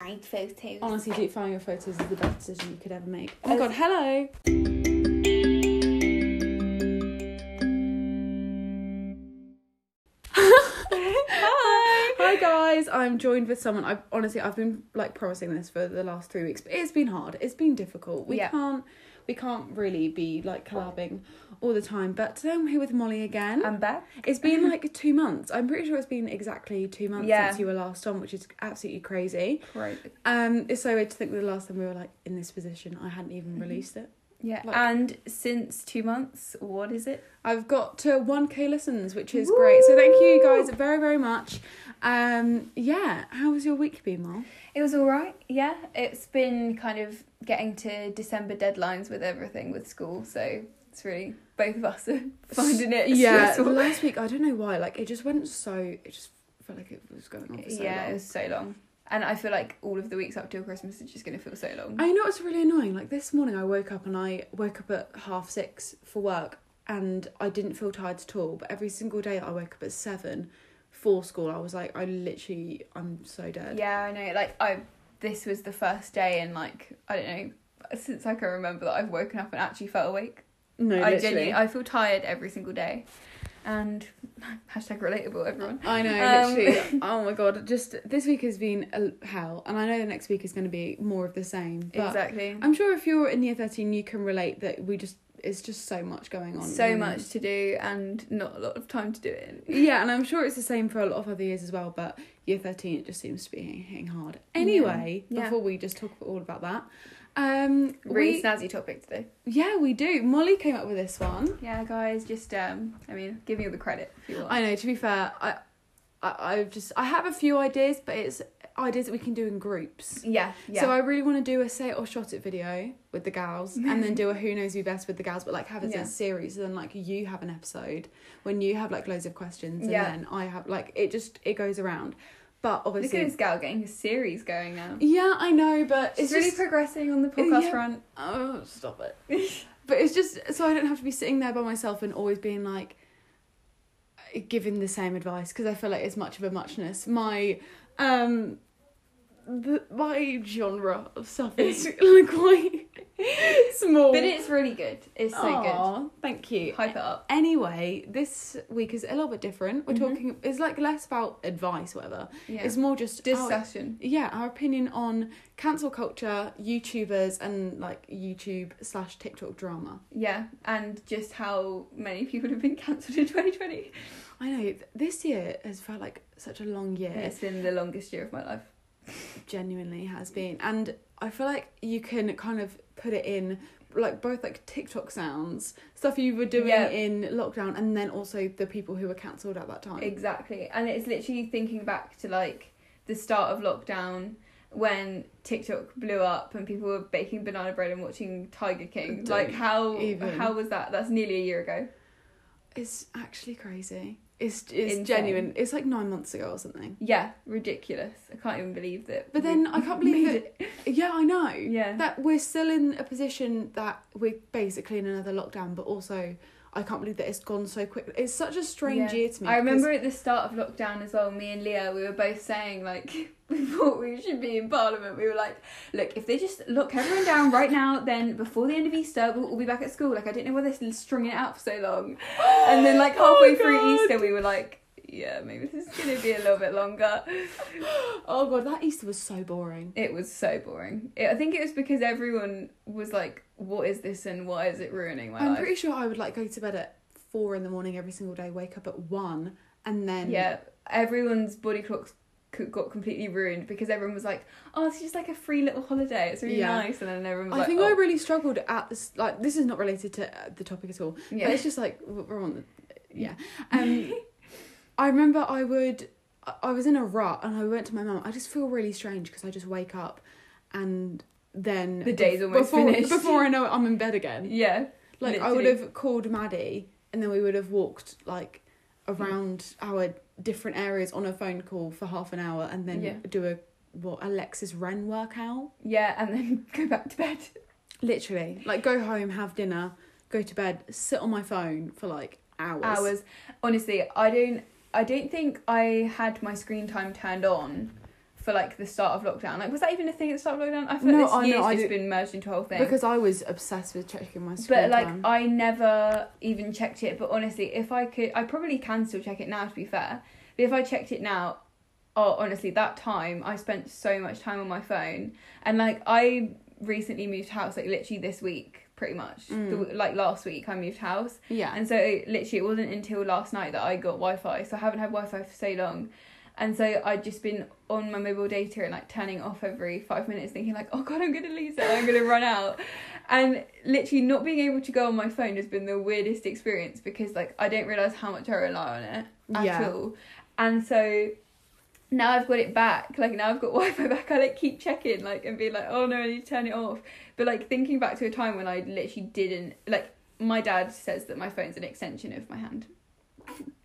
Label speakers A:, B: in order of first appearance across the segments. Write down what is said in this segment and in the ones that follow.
A: find photos.
B: Honestly, do find your photos is the best decision you could ever make. Oh my
A: Oh.
B: god, hello.
A: Hi.
B: Hi guys, I'm joined with someone. I honestly, I've been like promising this for the last three weeks, but it's been hard. It's been difficult. We
A: Yeah.
B: can't, we can't really be like collabing all the time. But today I'm here with Molly again.
A: I'm back.
B: It's been like two months. I'm pretty sure it's been exactly two months
A: Yeah.
B: since you were last on, which is absolutely crazy.
A: Right.
B: Um, it's so weird to think that the last time we were like in this position, I hadn't even
A: Mm-hmm.
B: released it.
A: Yeah.
B: Like-
A: and since two months, what is it?
B: I've got to 1k listens, which is great. So thank you guys very very much. Um, yeah, how was your week been, Mol?
A: It was all right. Yeah. It's been kind of getting to December deadlines with everything with school, so it's really both of us are finding it
B: yeah,
A: stressful.
B: last week I don't know why, like it just went so. It just felt like it was going on Oh, for so
A: yeah,
B: long.
A: it was so long. And I feel like all of the weeks up till Christmas is just going to feel so long.
B: I know it's really annoying. Like this morning, I woke up and I woke up at half six for work, and I didn't feel tired at all. But every single day that I woke up at seven for school, I was like, I literally, I'm so dead.
A: Yeah, I know. Like I, this was the first day in like I don't know since I can remember that I've woken up and actually felt awake.
B: No,
A: I
B: literally.
A: genuinely, I feel tired every single day, and hashtag relatable everyone.
B: I know,
A: Um,
B: literally. oh my god, just this week has been a hell, and I know the next week is going to be more of the same. But
A: exactly.
B: I'm sure if you're in year thirteen, you can relate that we just it's just so much going on.
A: So
B: Mm.
A: much to do and not a lot of time to do it. in.
B: Yeah, and I'm sure it's the same for a lot of other years as well, but year 13, it just seems to be hitting- hitting hard. Anyway,
A: Yeah.
B: before we just talk all about that, um,
A: Really
B: we,
A: snazzy topic today.
B: yeah, we do. Molly came up with this one.
A: Yeah, guys, just um, I mean, give me all the credit if you want.
B: I know, to be fair, I, I, I've just, I have a few ideas, but it's ideas that we can do in groups.
A: yeah, yeah.
B: So I really want to do a say it or shot it video with the gals, and then do a who knows you best with the gals, but like have it
A: Yeah.
B: as a series. So then like you have an episode when you have like loads of questions, and
A: Yeah.
B: then I have like it just it goes around. But
A: Look
B: obviously,
A: at this gal getting his series going now.
B: Yeah, I know, but
A: It's
B: it's
A: really
B: just,
A: progressing on the podcast
B: Yeah.
A: front.
B: oh, stop it. but it's just so I don't have to be sitting there by myself and always being like giving the same advice because I feel like it's much of a muchness. My um the, my genre of stuff is like quite small.
A: But it's really good. It's so good.
B: Oh. Aw, Thank you.
A: Hype it up.
B: Anyway, this week is a little bit different. We're
A: Mhm.
B: talking it's like less about advice, whatever.
A: Yeah.
B: It's more just oh, our-
A: discussion.
B: yeah our opinion on cancel culture youtubers and like youtube slash tiktok drama
A: Yeah, and just how many people have been cancelled in 2020.
B: i know th- this year has felt like such a long year
A: It's been the longest year of my life.
B: it genuinely has been and i feel like you can kind of put it in like both like tiktok sounds stuff you were doing
A: Yeah.
B: in lockdown and then also the people who were cancelled at that time
A: Exactly. And it's literally thinking back to like the start of lockdown when TikTok blew up and people were baking banana bread and watching Tiger King.
B: Don't
A: Like how
B: even.
A: how was that? That's nearly a year ago.
B: it's actually crazy it's it's
A: Insane.
B: genuine it's like nine months ago or something
A: Yeah, ridiculous. I can't even believe that.
B: but
A: we
B: then i can't believe
A: made
B: that yeah i know
A: it. Yeah.
B: that we're still in a position that we're basically in another lockdown, but also I can't believe that it's gone so quick. It's such a strange
A: Yeah.
B: year to me.
A: I remember at the start of lockdown as well, me and Leah, we were both saying, like, we thought we should be in Parliament. We were like, look, if they just lock everyone down right now, then before the end of Easter, we'll all be back at school. Like, I didn't know why they're stringing it out for so long.
B: because-
A: And then, like,
B: Oh
A: halfway
B: my
A: through
B: God.
A: Easter, we were like, yeah, maybe this is going to be a little bit longer.
B: Oh god, that Easter was so boring.
A: It was so boring. It, I think it was because everyone was like, what is this and why is it ruining my
B: I'm
A: life?
B: pretty sure I would like go to bed at four in the morning every single day, wake up at one, and then
A: yeah, everyone's body clocks c- got completely ruined because everyone was like, "Oh, it's just like a free little holiday. It's really
B: Yeah.
A: nice." And then everyone was
B: I
A: like,
B: think
A: oh,
B: I really struggled at this. Like, this is not related to uh, the topic at all.
A: yeah,
B: But it's just like we're on the yeah. Um, I remember I would I- I was in a rut and I went to my mum. I just feel really strange because I just wake up and then
A: The day's
B: bef-
A: almost
B: before,
A: finished.
B: Before I know it, I'm in bed again.
A: yeah,
B: Like I would
A: literally.
B: have called Maddie and then we would have walked like around our different areas on a phone call for half an hour and then
A: Yeah.
B: do a what Alexis Wren workout.
A: yeah, and then go back to bed.
B: Literally, like go home, have dinner, go to bed, sit on my phone for like
A: Hours. Honestly, I don't. I don't think I had my screen time turned on for like the start of lockdown. Like, was that even a thing at the start of lockdown? I feel like
B: No,
A: this
B: I know,
A: year's
B: I
A: just
B: did-
A: been merged into a whole thing.
B: because I was obsessed with checking my screen
A: but like
B: time.
A: I never even checked it. But honestly, if I could, I probably can still check it now. To be fair, but if I checked it now, oh honestly, that time I spent so much time on my phone, and like I recently moved house, like literally this week, pretty much,
B: Mm.
A: The- like last week I moved house,
B: yeah,
A: and so literally it wasn't until last night that I got Wi-Fi. So I haven't had Wi-Fi for so long. And so I'd just been on my mobile data and like turning it off every five minutes, thinking like, "Oh God, I'm gonna lose it! I'm gonna run out." And literally not being able to go on my phone has been the weirdest experience because like I don't realize how much I rely on it at
B: Yeah.
A: all. And so now I've got it back. Like now I've got Wi-Fi back. I like keep checking like and being like, "Oh no, I need to turn it off." But like thinking back to a time when I literally didn't like my dad says that my phone's an extension of my hand,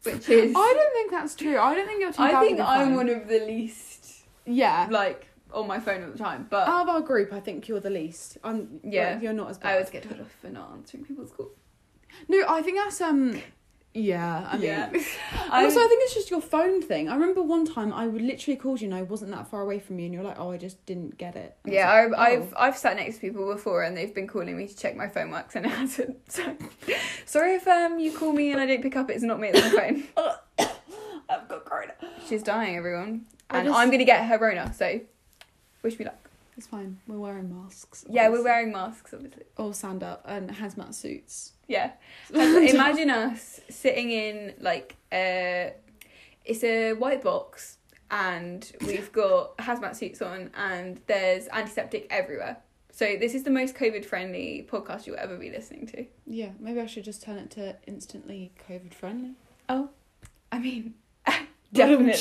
A: which is
B: I don't think that's true. I don't think you're too. bad
A: I
B: with
A: think
B: your
A: I'm
B: phone.
A: one of the least
B: Yeah,
A: like on my phone all the time, but
B: out of our group, I think you're the least. I'm.
A: Yeah.
B: like, you're not as bad.
A: I always get told off for not answering people's calls.
B: No, I think that's um. Yeah, I mean.
A: Yeah.
B: And also,
A: I-
B: I think it's just your phone thing. I remember one time I would literally called you and I wasn't that far away from you, and you're like, "Oh, I just didn't get it." And
A: yeah,
B: I
A: I,
B: was like, oh.
A: I've I've sat next to people before and they've been calling me to check my phone works and it hasn't. So sorry if um you call me and I don't pick up. It's not me. It's my phone.
B: oh, I've got corona.
A: She's dying, everyone,
B: I
A: and
B: just-
A: I'm gonna get her Rona. So wish me luck.
B: "Oh, It's fine. We're wearing masks.
A: Yeah, we're
B: obviously.
A: wearing masks, obviously.
B: all stand up and hazmat suits.
A: Yeah. Has- imagine us sitting in like a it's a white box and we've got hazmat suits on and there's antiseptic everywhere. So this is the most COVID friendly podcast you'll ever be listening to.
B: Yeah, maybe I should just turn it to instantly COVID friendly.
A: I mean definitely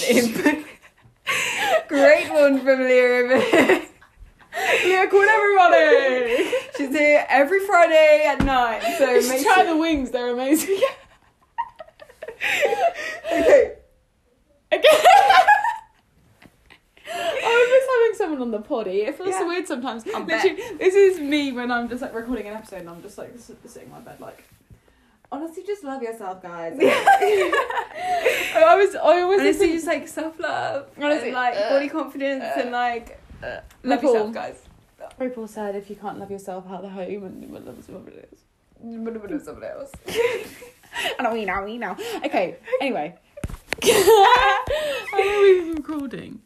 A: great one from Lyra.
B: yeah, call everybody.
A: She's here every Friday at nine. So make
B: try
A: sure-
B: the wings; they're amazing.
A: Okay.
B: I miss having someone on the potty. It feels so
A: Yeah.
B: weird sometimes.
A: I bet.
B: Literally, this is me when I'm just like recording an episode and I'm just like s- sitting in my bed like. Honestly, just love yourself, guys. I always, I always
A: Honestly, just like self love,
B: Honestly,
A: and like
B: uh,
A: body confidence,
B: uh,
A: and like
B: uh,
A: love
B: Nicole.
A: yourself, guys.
B: RuPaul said, "If you can't love yourself, how the home and what loves what it is."
A: Somebody else.
B: And we now, we now. Okay. Anyway, how long we been recording?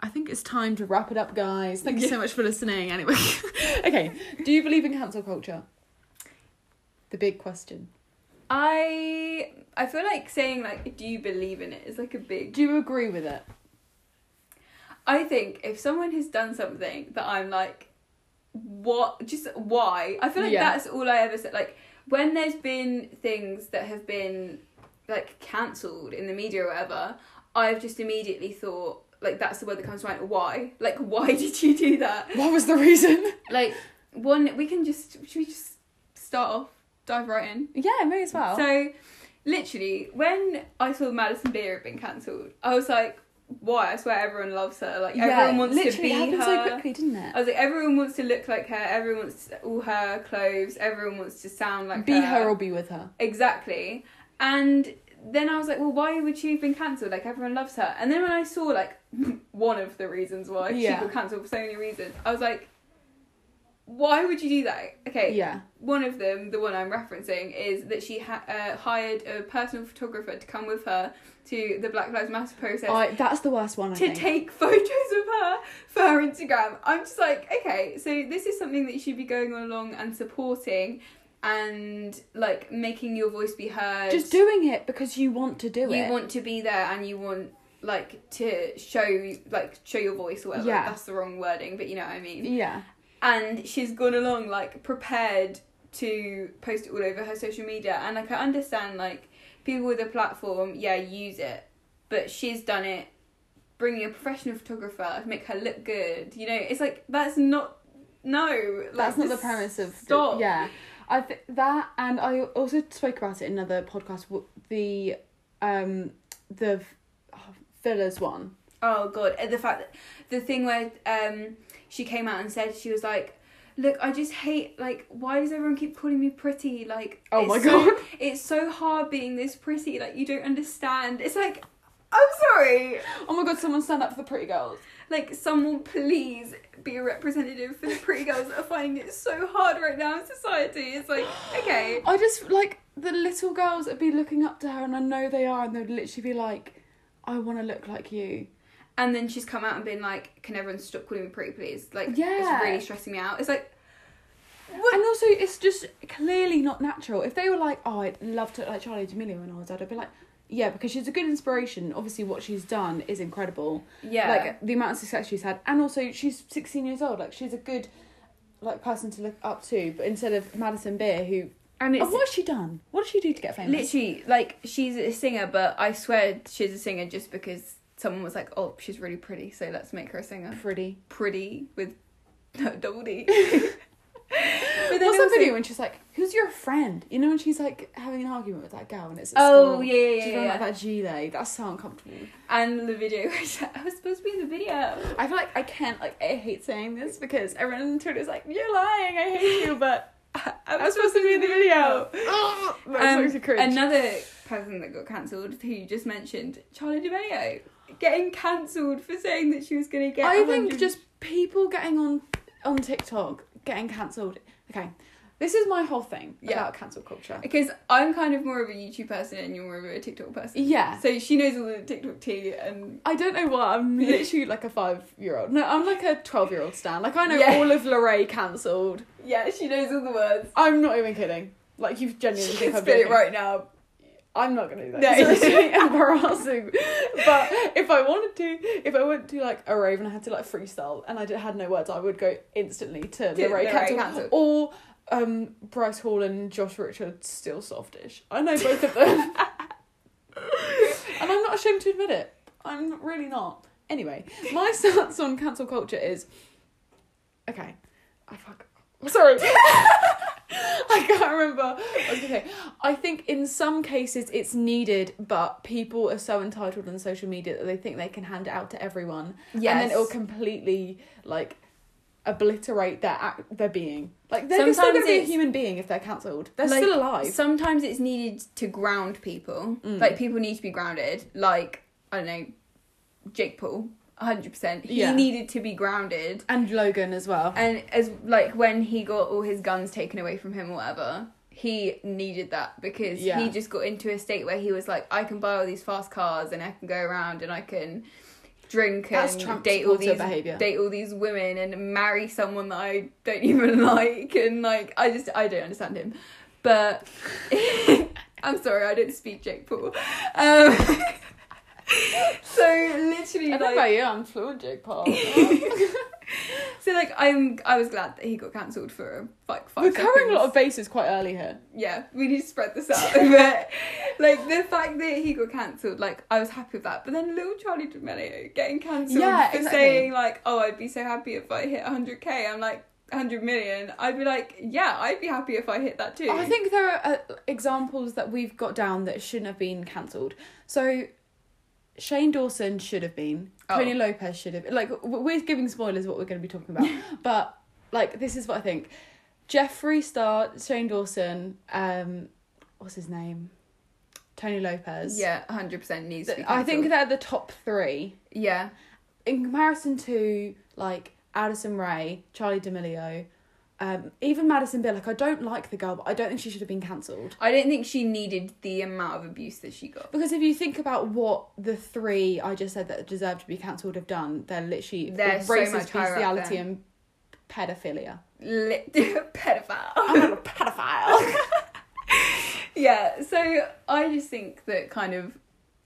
B: I think it's time to wrap it up, guys. Thank you so much for listening. Anyway, okay. Do you believe in cancel culture? The big question.
A: I I feel like saying like, do you believe in it is like a big.
B: Do you agree with it?
A: I think if someone has done something that I'm like, what? Just why? I feel like
B: Yeah.
A: that's all I ever said. Like when there's been things that have been like cancelled in the media or whatever, I've just immediately thought like that's the word that comes to mind. Why? Like why did you do that?
B: What was the reason?
A: like one we can just should we just start off dive right in
B: Yeah, may as well.
A: so literally when i saw madison beer had been cancelled i was like why i swear everyone loves her like everyone wants to
B: literally,
A: be
B: it happened
A: her
B: so quickly, didn't it?
A: i was like everyone wants to look like her everyone wants all her clothes everyone wants to sound like
B: be her or be with her.
A: Exactly. And then I was like, well, why would she have been cancelled? Like, everyone loves her. And then when I saw, like, one of the reasons why
B: Yeah.
A: she got cancelled for so many reasons, I was like, why would you do that? Okay.
B: Yeah.
A: One of them, the one I'm referencing, is that she ha- uh, hired a personal photographer to come with her to the Black Lives Matter process
B: I, that's the worst one. I
A: to
B: think.
A: take photos of her for her Instagram. I'm just like, okay, so this is something that you should be going along and supporting and like making your voice be heard.
B: Just doing it because you want to do
A: you
B: it.
A: want to be there and you want like to show like show your voice or whatever.
B: Yeah.
A: That's the wrong wording, but you know what I mean.
B: yeah.
A: And she's gone along like prepared to post it all over her social media and like I understand like people with a platform, yeah, use it. But she's done it bringing a professional photographer to make her look good. You know, it's like that's not no. Like,
B: That's not the
A: just
B: premise of
A: stop.
B: Yeah, I th- that and I also spoke about it in another podcast. w- The um the f- oh, fillers one.
A: Oh god, and the fact that the thing where um she came out and said she was like. Look, I just hate like why does everyone keep calling me pretty? Like
B: Oh
A: it's
B: my
A: so-
B: God.
A: it's so hard being this pretty. Like you don't understand. It's like I'm sorry.
B: Oh my god, someone stand up for the pretty girls.
A: Like, someone please be a representative for the pretty girls that are finding it so hard right now in society. It's like, okay.
B: I just like the little girls that be looking up to her, and I know they are, and they'd literally be like, "I want to look like you."
A: And then she's come out and been like, can everyone stop calling me pretty, please? Like,
B: Yeah.
A: it's really stressing me out. It's like,
B: And also, it's just clearly not natural. If they were like, "Oh, I'd love to look like Charlie D'Amelio when I was dad," I'd be like, "Yeah," because she's a good inspiration. Obviously, what she's done is incredible.
A: yeah.
B: like the amount of success she's had and also she's 16 years old like she's a good like person to look up to but instead of madison beer who
A: and
B: Oh, what has she done what did she do to get famous
A: Literally, like she's a singer, but I swear she's a singer just because someone was like, "Oh, she's really pretty, so let's make her a singer."
B: pretty
A: Pretty with no, double D.
B: but
A: then
B: what's that
A: also-
B: video when she's like who's your friend you know when she's like having an argument with that girl and it's at
A: Oh,
B: school.
A: yeah, yeah,
B: she's
A: yeah,
B: wearing like
A: yeah.
B: that gilet that's so uncomfortable
A: and the video, I was supposed to be in the video.
B: i feel like i can't like i hate saying this because everyone on twitter is like you're lying i hate you but
A: I
B: i'm supposed to be in the video
A: Um,
B: that's so cringe.
A: another person that got cancelled, who you just mentioned, Charlie D'Amelio, getting cancelled for saying that she was going to get.
B: I
A: 100
B: think just people getting on on TikTok getting cancelled. Okay, this is my whole thing
A: Yeah.
B: about cancel culture.
A: because I'm kind of more of a YouTube person and you're more of a TikTok person.
B: Yeah,
A: So she knows all the TikTok tea and
B: I don't know why I'm literally like a five year old. No, I'm like a twelve year old stan. Like I know
A: Yeah.
B: all of Lorray cancelled.
A: yeah, she knows all the words.
B: I'm not even kidding. Like you genuinely
A: She
B: think
A: can
B: I'm
A: spit it
B: joking.
A: right now.
B: I'm not gonna do that.
A: No.
B: It's actually embarrassing. But if I wanted to, if I went to like a rave and I had to like freestyle and I did, had no words, I would go instantly to
A: To
B: the rave
A: Lorraine
B: Cancel
A: Cancel.
B: or um, Bryce Hall and Josh Richard still softish. I know both of them, and I'm not ashamed to admit it. I'm really not. Anyway, my stance on cancel culture is okay. I fuck. Sorry. I can't remember. I was gonna say. I think in some cases it's needed, but people are so entitled on social media that they think they can hand it out to everyone,
A: Yes.
B: and then it'll completely like obliterate their act, their being. Like they're still
A: Sometimes
B: gonna be a
A: it's-
B: human being if they're cancelled. They're
A: Like,
B: still alive.
A: Sometimes it's needed to ground people.
B: Mm.
A: Like people need to be grounded. Like I don't know, Jake Paul, hundred percent. He
B: Yeah.
A: needed to be grounded.
B: and Logan as well.
A: And as like when he got all his guns taken away from him or whatever, he needed that because
B: Yeah.
A: he just got into a state where he was like, I can buy all these fast cars and I can go around and I can drink
B: That's
A: and
B: Trump's
A: date all
B: supporter
A: these
B: behaviour.
A: date all these women and marry someone that I don't even like and like I just I don't understand him. But I'm sorry, I don't speak Jake Paul. Um, so literally
B: I don't know
A: like
B: about you, I'm fluent Jake Paul.
A: so like I'm I was glad that he got cancelled for like five
B: We're covering a
A: seconds.
B: lot of bases quite early here.
A: yeah, we need to spread this out. but like the fact that he got cancelled, like I was happy with that. But then little Charlie D'Amelio getting cancelled
B: Yeah,
A: for
B: exactly.
A: saying like, oh, I'd be so happy if I hit 100k. I'm like 100 million. I'd be like, yeah, I'd be happy if I hit that too.
B: I think there are uh, examples that we've got down that shouldn't have been cancelled. So Shane Dawson should have been.
A: Oh.
B: Tony Lopez should have. Like w- we're giving spoilers what we're going to be talking about, but like this is what I think. Jeffree Star, Shane Dawson, um, what's his name? Tony Lopez.
A: yeah, 100 percent needs to be.
B: Th- I think
A: cancelled.
B: they're the top three
A: yeah,
B: in comparison to like Addison Ray, Charlie D'Amelio, um, even Madison Beer. Like I don't like the girl, but I don't think she should have been cancelled.
A: I don't think she needed the amount of abuse that she got.
B: Because if you think about what the three I just said that deserve to be cancelled have done, they're literally
A: They're so
B: racist,
A: much higher up
B: bestiality,
A: there.
B: and pedophilia.
A: Li- pedophile.
B: I'm not a pedophile.
A: Yeah, so I just think that kind of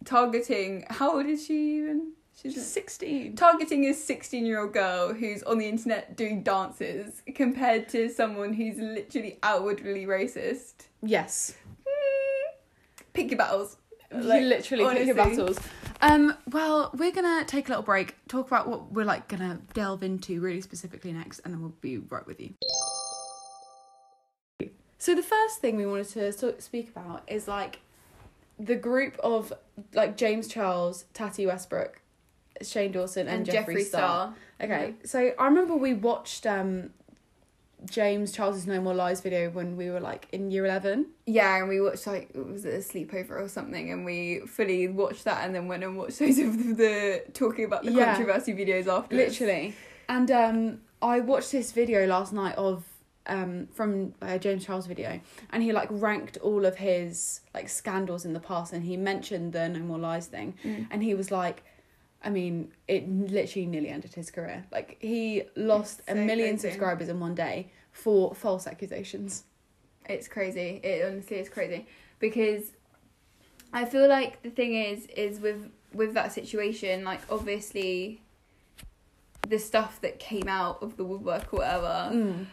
A: targeting how old is she even?
B: She's
A: She's
B: 16.
A: targeting a 16 year old girl who's on the internet doing dances compared to someone who's literally outwardly racist.
B: Yes.
A: Hmm. Pick your battles.
B: you literally pick your
A: honestly.
B: battles. Um, well, we're gonna take a little break, talk about what we're like gonna delve into really specifically next, and then we'll be right with you. So the first thing we wanted to sort speak about is like the group of like James Charles, Tati Westbrook, Shane Dawson, and,
A: And
B: Jeffree
A: Jeffree
B: Star.
A: Star.
B: Okay, so I remember we watched um James Charles's No More Lies video when we were like in year eleven.
A: Yeah, and we watched like was it a sleepover or something, and we fully watched that, and then went and watched those of the, the talking about the
B: Yeah.
A: controversy videos after.
B: literally and um i watched this video last night of um from uh, james charles video and he like ranked all of his like scandals in the past and he mentioned the no more lies thing
A: Mm.
B: and he was like i mean it literally nearly ended his career like he lost a
A: so
B: million
A: crazy.
B: subscribers in one day for false accusations
A: It's crazy. It honestly is crazy because I feel like the thing is is with with that situation, like obviously the stuff that came out of the woodwork or whatever,
B: Mm.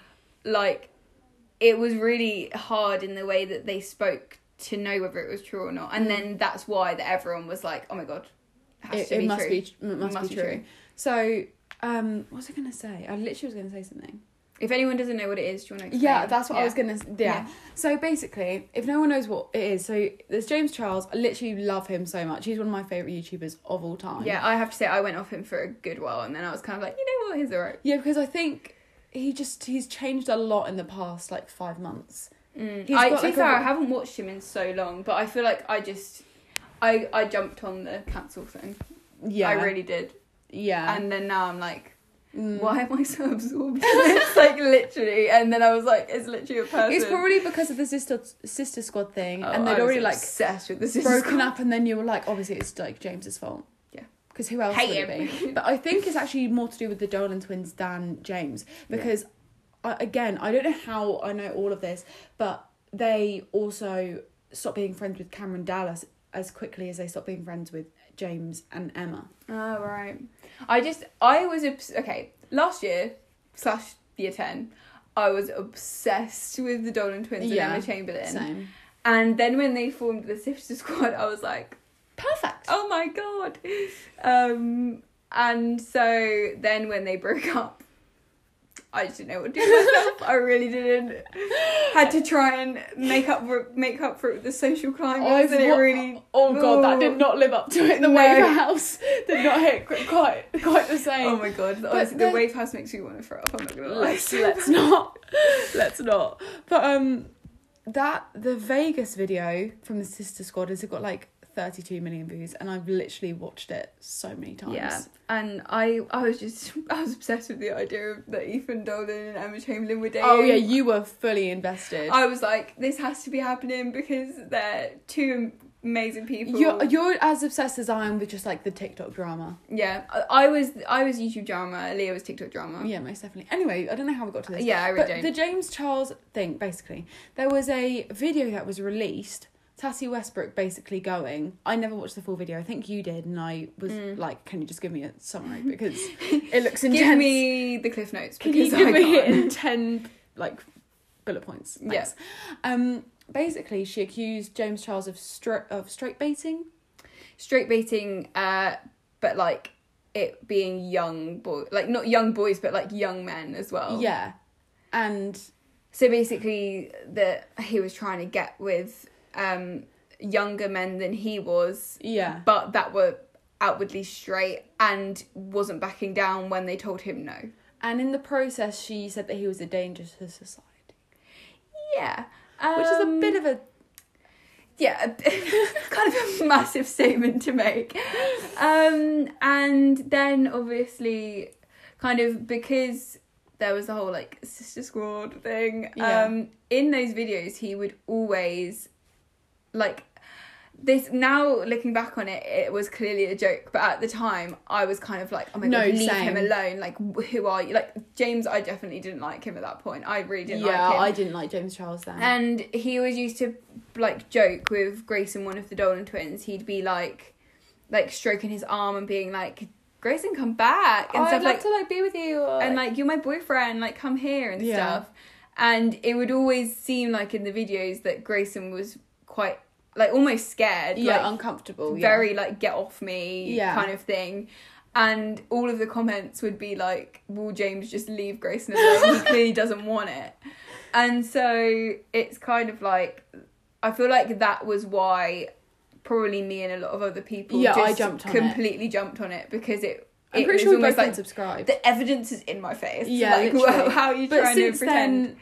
A: like it was really hard in the way that they spoke to know whether it was true or not, and then that's why that everyone was like, "Oh my god, has
B: it,
A: to
B: it
A: be
B: must
A: true."
B: be tr- it must, be, true. so um what was i gonna say i literally was gonna say something
A: If anyone doesn't know what it is, do you want to? Explain?
B: Yeah, that's what I was gonna. s- Yeah.
A: Yeah.
B: So basically, if no one knows what it is, so there's James Charles. I literally love him so much. He's one of my favorite YouTubers of all time.
A: Yeah, I have to say I went off him for a good while, and then I was kind of like, you know what, he's alright.
B: Yeah, because I think he just he's changed a lot in the past like five months.
A: Mm.
B: He's
A: I, to
B: got
A: be
B: like a-
A: fair, I haven't watched him in so long, but I feel like I just, I I jumped on the cancel thing.
B: Yeah.
A: I really did,
B: Yeah.
A: and then now I'm like,
B: Mm.
A: why am I so absorbed in this? like literally, and then I was like, it's literally a person.
B: It's probably because of the sister sister squad thing,
A: Oh,
B: and
A: I
B: they'd
A: was
B: already like
A: obsessed with this.
B: broken up, and then you were like, obviously it's like James's fault.
A: Yeah.
B: Because who else
A: Hate
B: would it be? But I think it's actually more to do with the Dolan twins than James
A: Yeah.
B: because, I, again, I don't know how I know all of this, but they also stopped being friends with Cameron Dallas as quickly as they stopped being friends with James and Emma.
A: Oh right. I just I was obs- okay last year slash year ten. I was obsessed with the Dolan twins
B: Yeah,
A: and Emma Chamberlain,
B: Same.
A: and then when they formed the Sister Squad, I was like,
B: Perfect.
A: oh my god. Um, and so then when they broke up, I just didn't know what to do with myself. I really didn't. Had to try and make up for make up for it with the social climb,
B: I've
A: and it
B: wa-
A: really
B: Oh god, that did
A: Ooh.
B: not live up to it. The
A: No.
B: Wave House did not hit qu- quite quite the same.
A: Oh my god, honestly, the
B: then-
A: wave house makes me want to throw up. I'm not gonna lie.
B: let's let's not let's not but um that the vegas video from the sister squad has got like 32 million views and i've literally watched it so many times
A: Yeah, and I I was just I was obsessed with the idea of that Ethan Dolan and Emma Chamberlain were dating.
B: oh yeah you were fully invested
A: I was like, this has to be happening because they're two amazing people.
B: you're, you're as obsessed as i am with just like the tiktok drama
A: yeah, I, I was I was YouTube drama. Leah was TikTok drama.
B: yeah most definitely anyway i don't know how we got to this
A: yeah, I
B: but
A: really
B: the
A: don't.
B: james charles thing basically there was a video that was released Tassie Westbrook basically going. I never watched the full video. I think you did, and I was
A: Mm.
B: like, "Can you just give me a summary because it looks intense."
A: Give me oh the cliff notes
B: Can
A: because
B: you give
A: I
B: me it
A: can't.
B: in ten like bullet points? Yes. Um. Basically, she accused James Charles of stra- of straight baiting.
A: straight baiting, uh, but like it being young boy, like not young boys, but like young men as well.
B: Yeah. And
A: So basically, that he was trying to get with um, younger men than he was,
B: yeah.
A: but that were outwardly straight and wasn't backing down when they told him no.
B: And in the process, she said that he was a danger to society,
A: Yeah,
B: which is
A: Um,
B: a bit of a
A: yeah, a bit- kind of a massive statement to make. Um, and then obviously, kind of because there was the whole like sister squad thing.
B: Yeah.
A: Um, in those videos, he would always like this. Now looking back on it, it was clearly a joke, but at the time, I was kind of like, oh my
B: No,
A: god, leave
B: same.
A: him alone. Like, wh- who are you? Like James, I definitely didn't like him at that point. I really didn't
B: yeah.
A: like him.
B: I didn't like James Charles then.
A: And he always used to like joke with Grayson, one of the Dolan twins. He'd be like, like stroking his arm and being like, "Grayson, come back," and
B: I'd
A: stuff
B: Oh, love
A: like,
B: to like be with you.
A: and like, "You're my boyfriend, like come here" and
B: Yeah.
A: stuff. And it would always seem like in the videos that Grayson was quite like almost scared,
B: yeah,
A: like,
B: uncomfortable. yeah.
A: very like get off me
B: Yeah.
A: kind of thing. And all of the comments would be like, "Will James just leave Grayson alone? he clearly doesn't want it." And so it's kind of like, I feel like that was why probably me and a lot of other people
B: Yeah, I
A: just
B: jumped on it.
A: completely jumped on it because it
B: I'm
A: It
B: pretty
A: was
B: sure we
A: almost
B: both like,
A: like-
B: unsubscribed.
A: The evidence is in my face.
B: Yeah,
A: like,
B: literally.
A: wha- how are you
B: but
A: trying to
B: since
A: pretend?
B: then,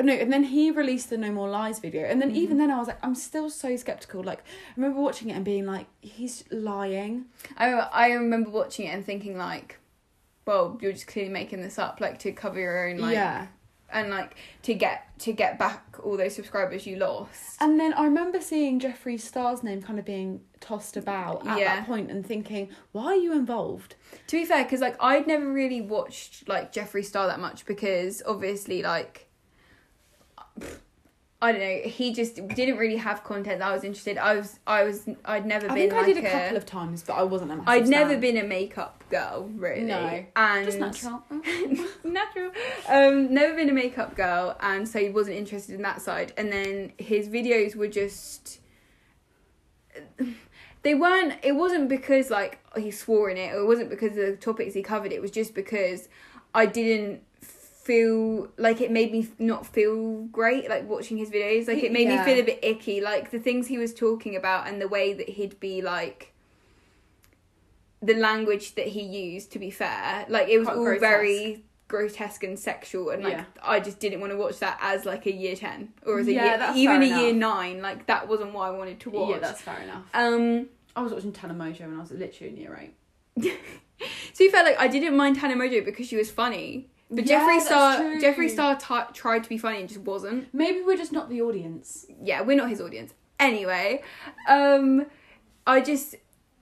B: oh, no, and then he released the No More Lies video, and then even
A: Mhm.
B: then I was like, I'm still so skeptical. Like, I remember watching it and being like, he's lying.
A: I remember, I remember watching it and thinking like, well, you're just clearly making this up, like to cover your own, like,
B: yeah.
A: and like to get to get back all those subscribers you lost.
B: And then I remember seeing Jeffree Star's name kind of being tossed about at
A: Yeah.
B: that point and thinking, why are you involved?
A: Uh, To be fair, because like I'd never really watched like Jeffree Star that much because obviously like. I don't know. He just didn't really have content that I was interested. I was, I was, I'd never
B: I
A: been.
B: think I
A: like
B: did a couple of times, but I wasn't a massive
A: I'd never
B: stan.
A: been a makeup girl, really.
B: No.
A: and
B: Just natural.
A: natural. Um, never been a makeup girl, and so he wasn't interested in that side. And then his videos were just. They weren't. It wasn't because like he swore in it, or it wasn't because of the topics he covered. It was just because I didn't feel like it made me not feel great like watching his videos like it made
B: Yeah.
A: me feel a bit icky like the things he was talking about and the way that he'd be like the language that he used to be fair like it was
B: Quite
A: all
B: grotesque.
A: very grotesque and sexual and like
B: Yeah.
A: i just didn't want to watch that as like a year 10 or as a
B: Yeah,
A: year
B: that's
A: even
B: fair
A: a
B: enough.
A: year 9 like that wasn't what i wanted to watch
B: Yeah, that's fair enough.
A: um
B: I was watching Tana Mojo when I was literally in year eight.
A: So you felt like I didn't mind Hannah Mojo because she was funny, but
B: Yeah,
A: Jeffree
B: that's
A: Star
B: true.
A: Jeffree Star ti- tried to be funny and just wasn't.
B: Maybe we're just not the audience.
A: Yeah, we're not his audience anyway. Um, I just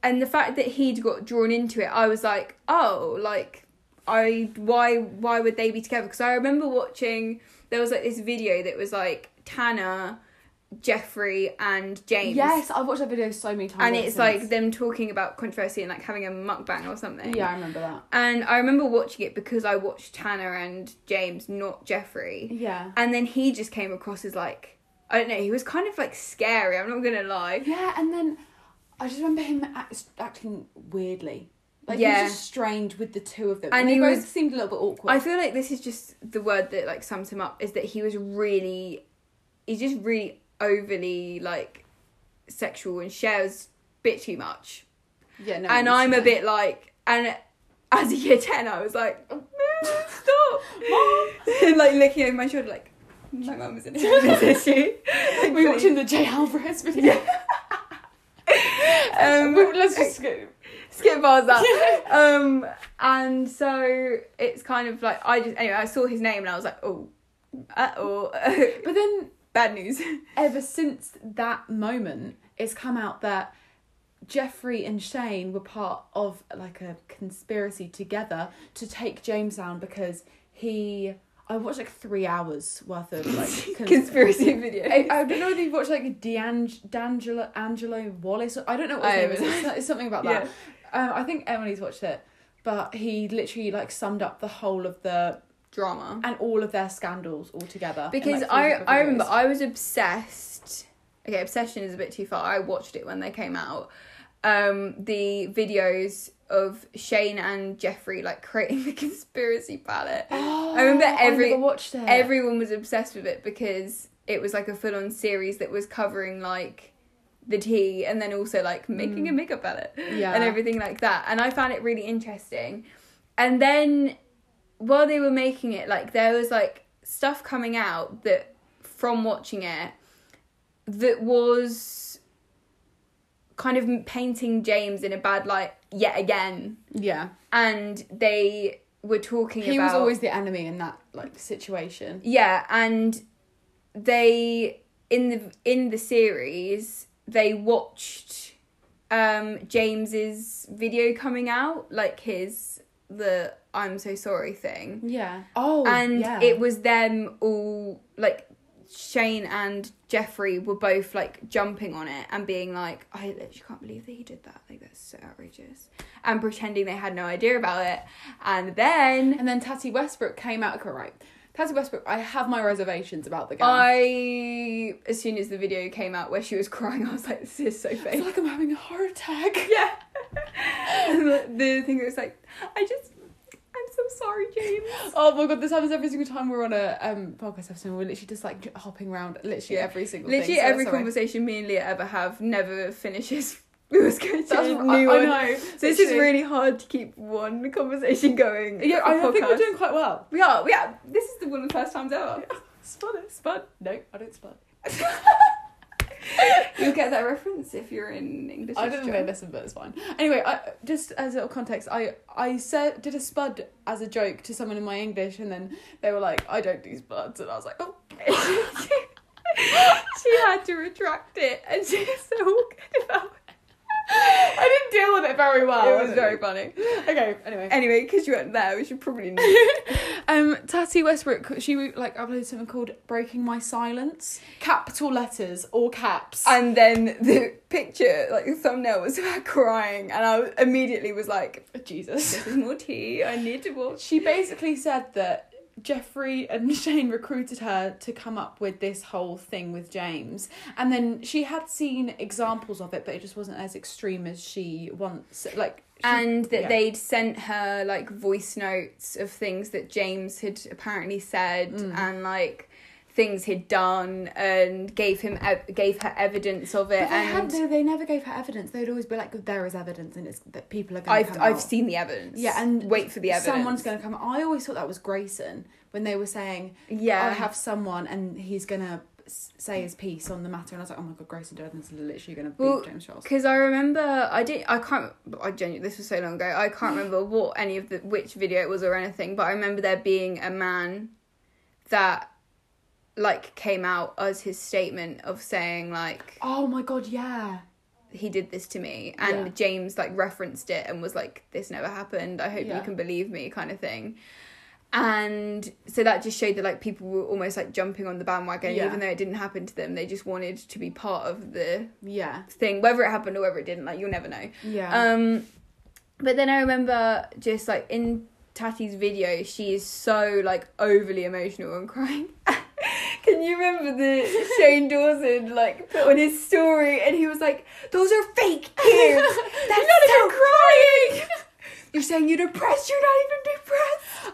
A: and the fact that he'd got drawn into it, I was like, oh, like I why why would they be together? Because I remember watching there was like this video that was like Tanner, Jeffrey, and James.
B: Yes, I've watched that video so many times.
A: And
B: ever
A: it's
B: since.
A: like them talking about controversy and like having a mukbang or something.
B: yeah, I remember that.
A: And I remember watching it because I watched Tanner and James, not Jeffrey.
B: Yeah.
A: And then he just came across as like, I don't know, he was kind of like scary, I'm not gonna lie.
B: Yeah, and then I just remember him act- acting weirdly. Like he
A: Yeah.
B: was just strange with the two of them,
A: And
B: and, they
A: he
B: both
A: was-
B: seemed a little bit awkward.
A: I feel like this is just the word that like sums him up is that he was really, he's just really overly like sexual and shares a bit too much.
B: yeah, no,
A: and I'm a
B: definitely.
A: bit like, and as a year 10, I was like, "Oh, stop. Mom. like looking over my shoulder, like, my mum was in this issue. Like,
B: We were
A: please.
B: watching the Jay Alvarez video.
A: Um,
B: Well, let's just go.
A: skip bars that. um, and so it's kind of like I just anyway I saw his name and I was like, oh, uh oh,
B: But then,
A: bad news.
B: ever since that moment, it's come out that Jeffrey and Shane were part of like a conspiracy together to take James down because he. I watched like three hours worth of like cons-
A: Conspiracy video.
B: I, I don't know whether you've watched like D'Ang- D'Angelo Angelo Wallace. Or, I don't know what his
A: I
B: name is.
A: haven't.
B: It's, it's something about that. Um, I think Emily's watched it, but he literally like summed up the whole of the
A: drama.
B: and all of their scandals all together. in,
A: Because
B: like, three
A: I
B: separate
A: I remember
B: videos.
A: I was obsessed. Okay, obsession is a bit too far. I watched it when they came out. Um, the videos of Shane and Jeffrey like creating the conspiracy palette.
B: Oh,
A: I remember every-
B: never watched it.
A: everyone was obsessed with it because it was like a full on series that was covering like the tea and then also like making a makeup palette
B: Mm. Yeah.
A: and everything like that. And I found it really interesting. And then while they were making it, like there was like stuff coming out that from watching it that was kind of painting James in a bad light yet again.
B: yeah,
A: And they were talking
B: he
A: about
B: was always the enemy in that like situation.
A: yeah, and they in the in the series they watched um James's video coming out, like his the I'm so sorry thing.
B: Yeah. Oh,
A: And
B: yeah.
A: it was them all like Shane and Jeffrey were both like jumping on it and being like, I literally can't believe that he did that. Like that's so outrageous. And pretending they had no idea about it. And then
B: and then Tati Westbrook came out. Okay, right. Tati Westbrook. I have my reservations about the guy.
A: I, as soon as the video came out where she was crying, I was like, this is so
B: I feel
A: fake.
B: like I'm having a heart attack.
A: yeah. and the, the thing was like, I just, I'm so sorry, James.
B: Oh my god, this happens every single time we're on a um, podcast episode. We're literally just like j- hopping around literally
A: Yeah.
B: every single
A: Literally
B: thing. so
A: every
B: that's alright.
A: conversation me and Leah ever have never finishes We was going to
B: That's
A: a
B: what-
A: new
B: I,
A: one.
B: I know.
A: This is
B: literally.
A: really hard to keep one conversation going.
B: Yeah,
A: for
B: I, I think we're
A: podcasts.
B: doing quite well.
A: We are. We are. This is the one of the first times ever.
B: Spud it. Spud. No, I don't spud.
A: You'll get that reference if you're in English.
B: I don't know
A: literature.
B: listen, but it's fine. Anyway, I, just as a little context, I I said did a spud as a joke to someone in my English, and then they were like, "I don't do spuds," and I was like, "Oh."
A: she had to retract it, and she's so good about it.
B: I didn't deal with it very well.
A: Oh, it was very funny.
B: okay. Anyway,
A: Anyway, because you weren't there, we should probably know.
B: um, Tati Westbrook, she like uploaded something called "Breaking My Silence," capital letters, all caps.
A: And then the picture, like the thumbnail, was her crying, and I was- immediately was like,
B: Jesus.
A: "This is more tea. I need to watch."
B: She basically said that Jeffrey and Shane recruited her to come up with this whole thing with James. And then she had seen examples of it, but it just wasn't as extreme as she once like she-
A: and that
B: yeah.
A: they'd sent her like voice notes of things that James had apparently said
B: Mm.
A: and like things he'd done and gave him ev- gave her evidence of
B: But
A: it
B: they, had,
A: and
B: they, they never gave her evidence. They'd always be like, "There is evidence, and it's that people are going."
A: I've I've seen the evidence
B: Yeah, and
A: wait for the evidence
B: Someone's going to come. I always thought that was Grayson when they were saying,
A: yeah
B: I have someone, and he's going to say his piece on the matter. And I was like, "Oh my god, Grayson Durden's literally going to beat
A: Well,
B: James Charles."
A: because I remember I didn't I can't I genuinely this was so long ago I can't remember what any of the which video it was or anything but I remember there being a man that like came out as his statement of saying like
B: Oh my god, yeah.
A: he did this to me and
B: Yeah.
A: james like referenced it and was like this never happened i hope you
B: Yeah.
A: can believe me kind of thing and so that just showed that like people were almost like jumping on the bandwagon
B: Yeah.
A: even though it didn't happen to them they just wanted to be part of the
B: Yeah.
A: thing whether it happened or whether it didn't like you'll never know
B: Yeah.
A: um but then i remember just like in tati's video she is so like overly emotional and crying can you remember the shane dawson like put on his story and he was like those are fake tears that's not even crying you're saying you're depressed you're not even depressed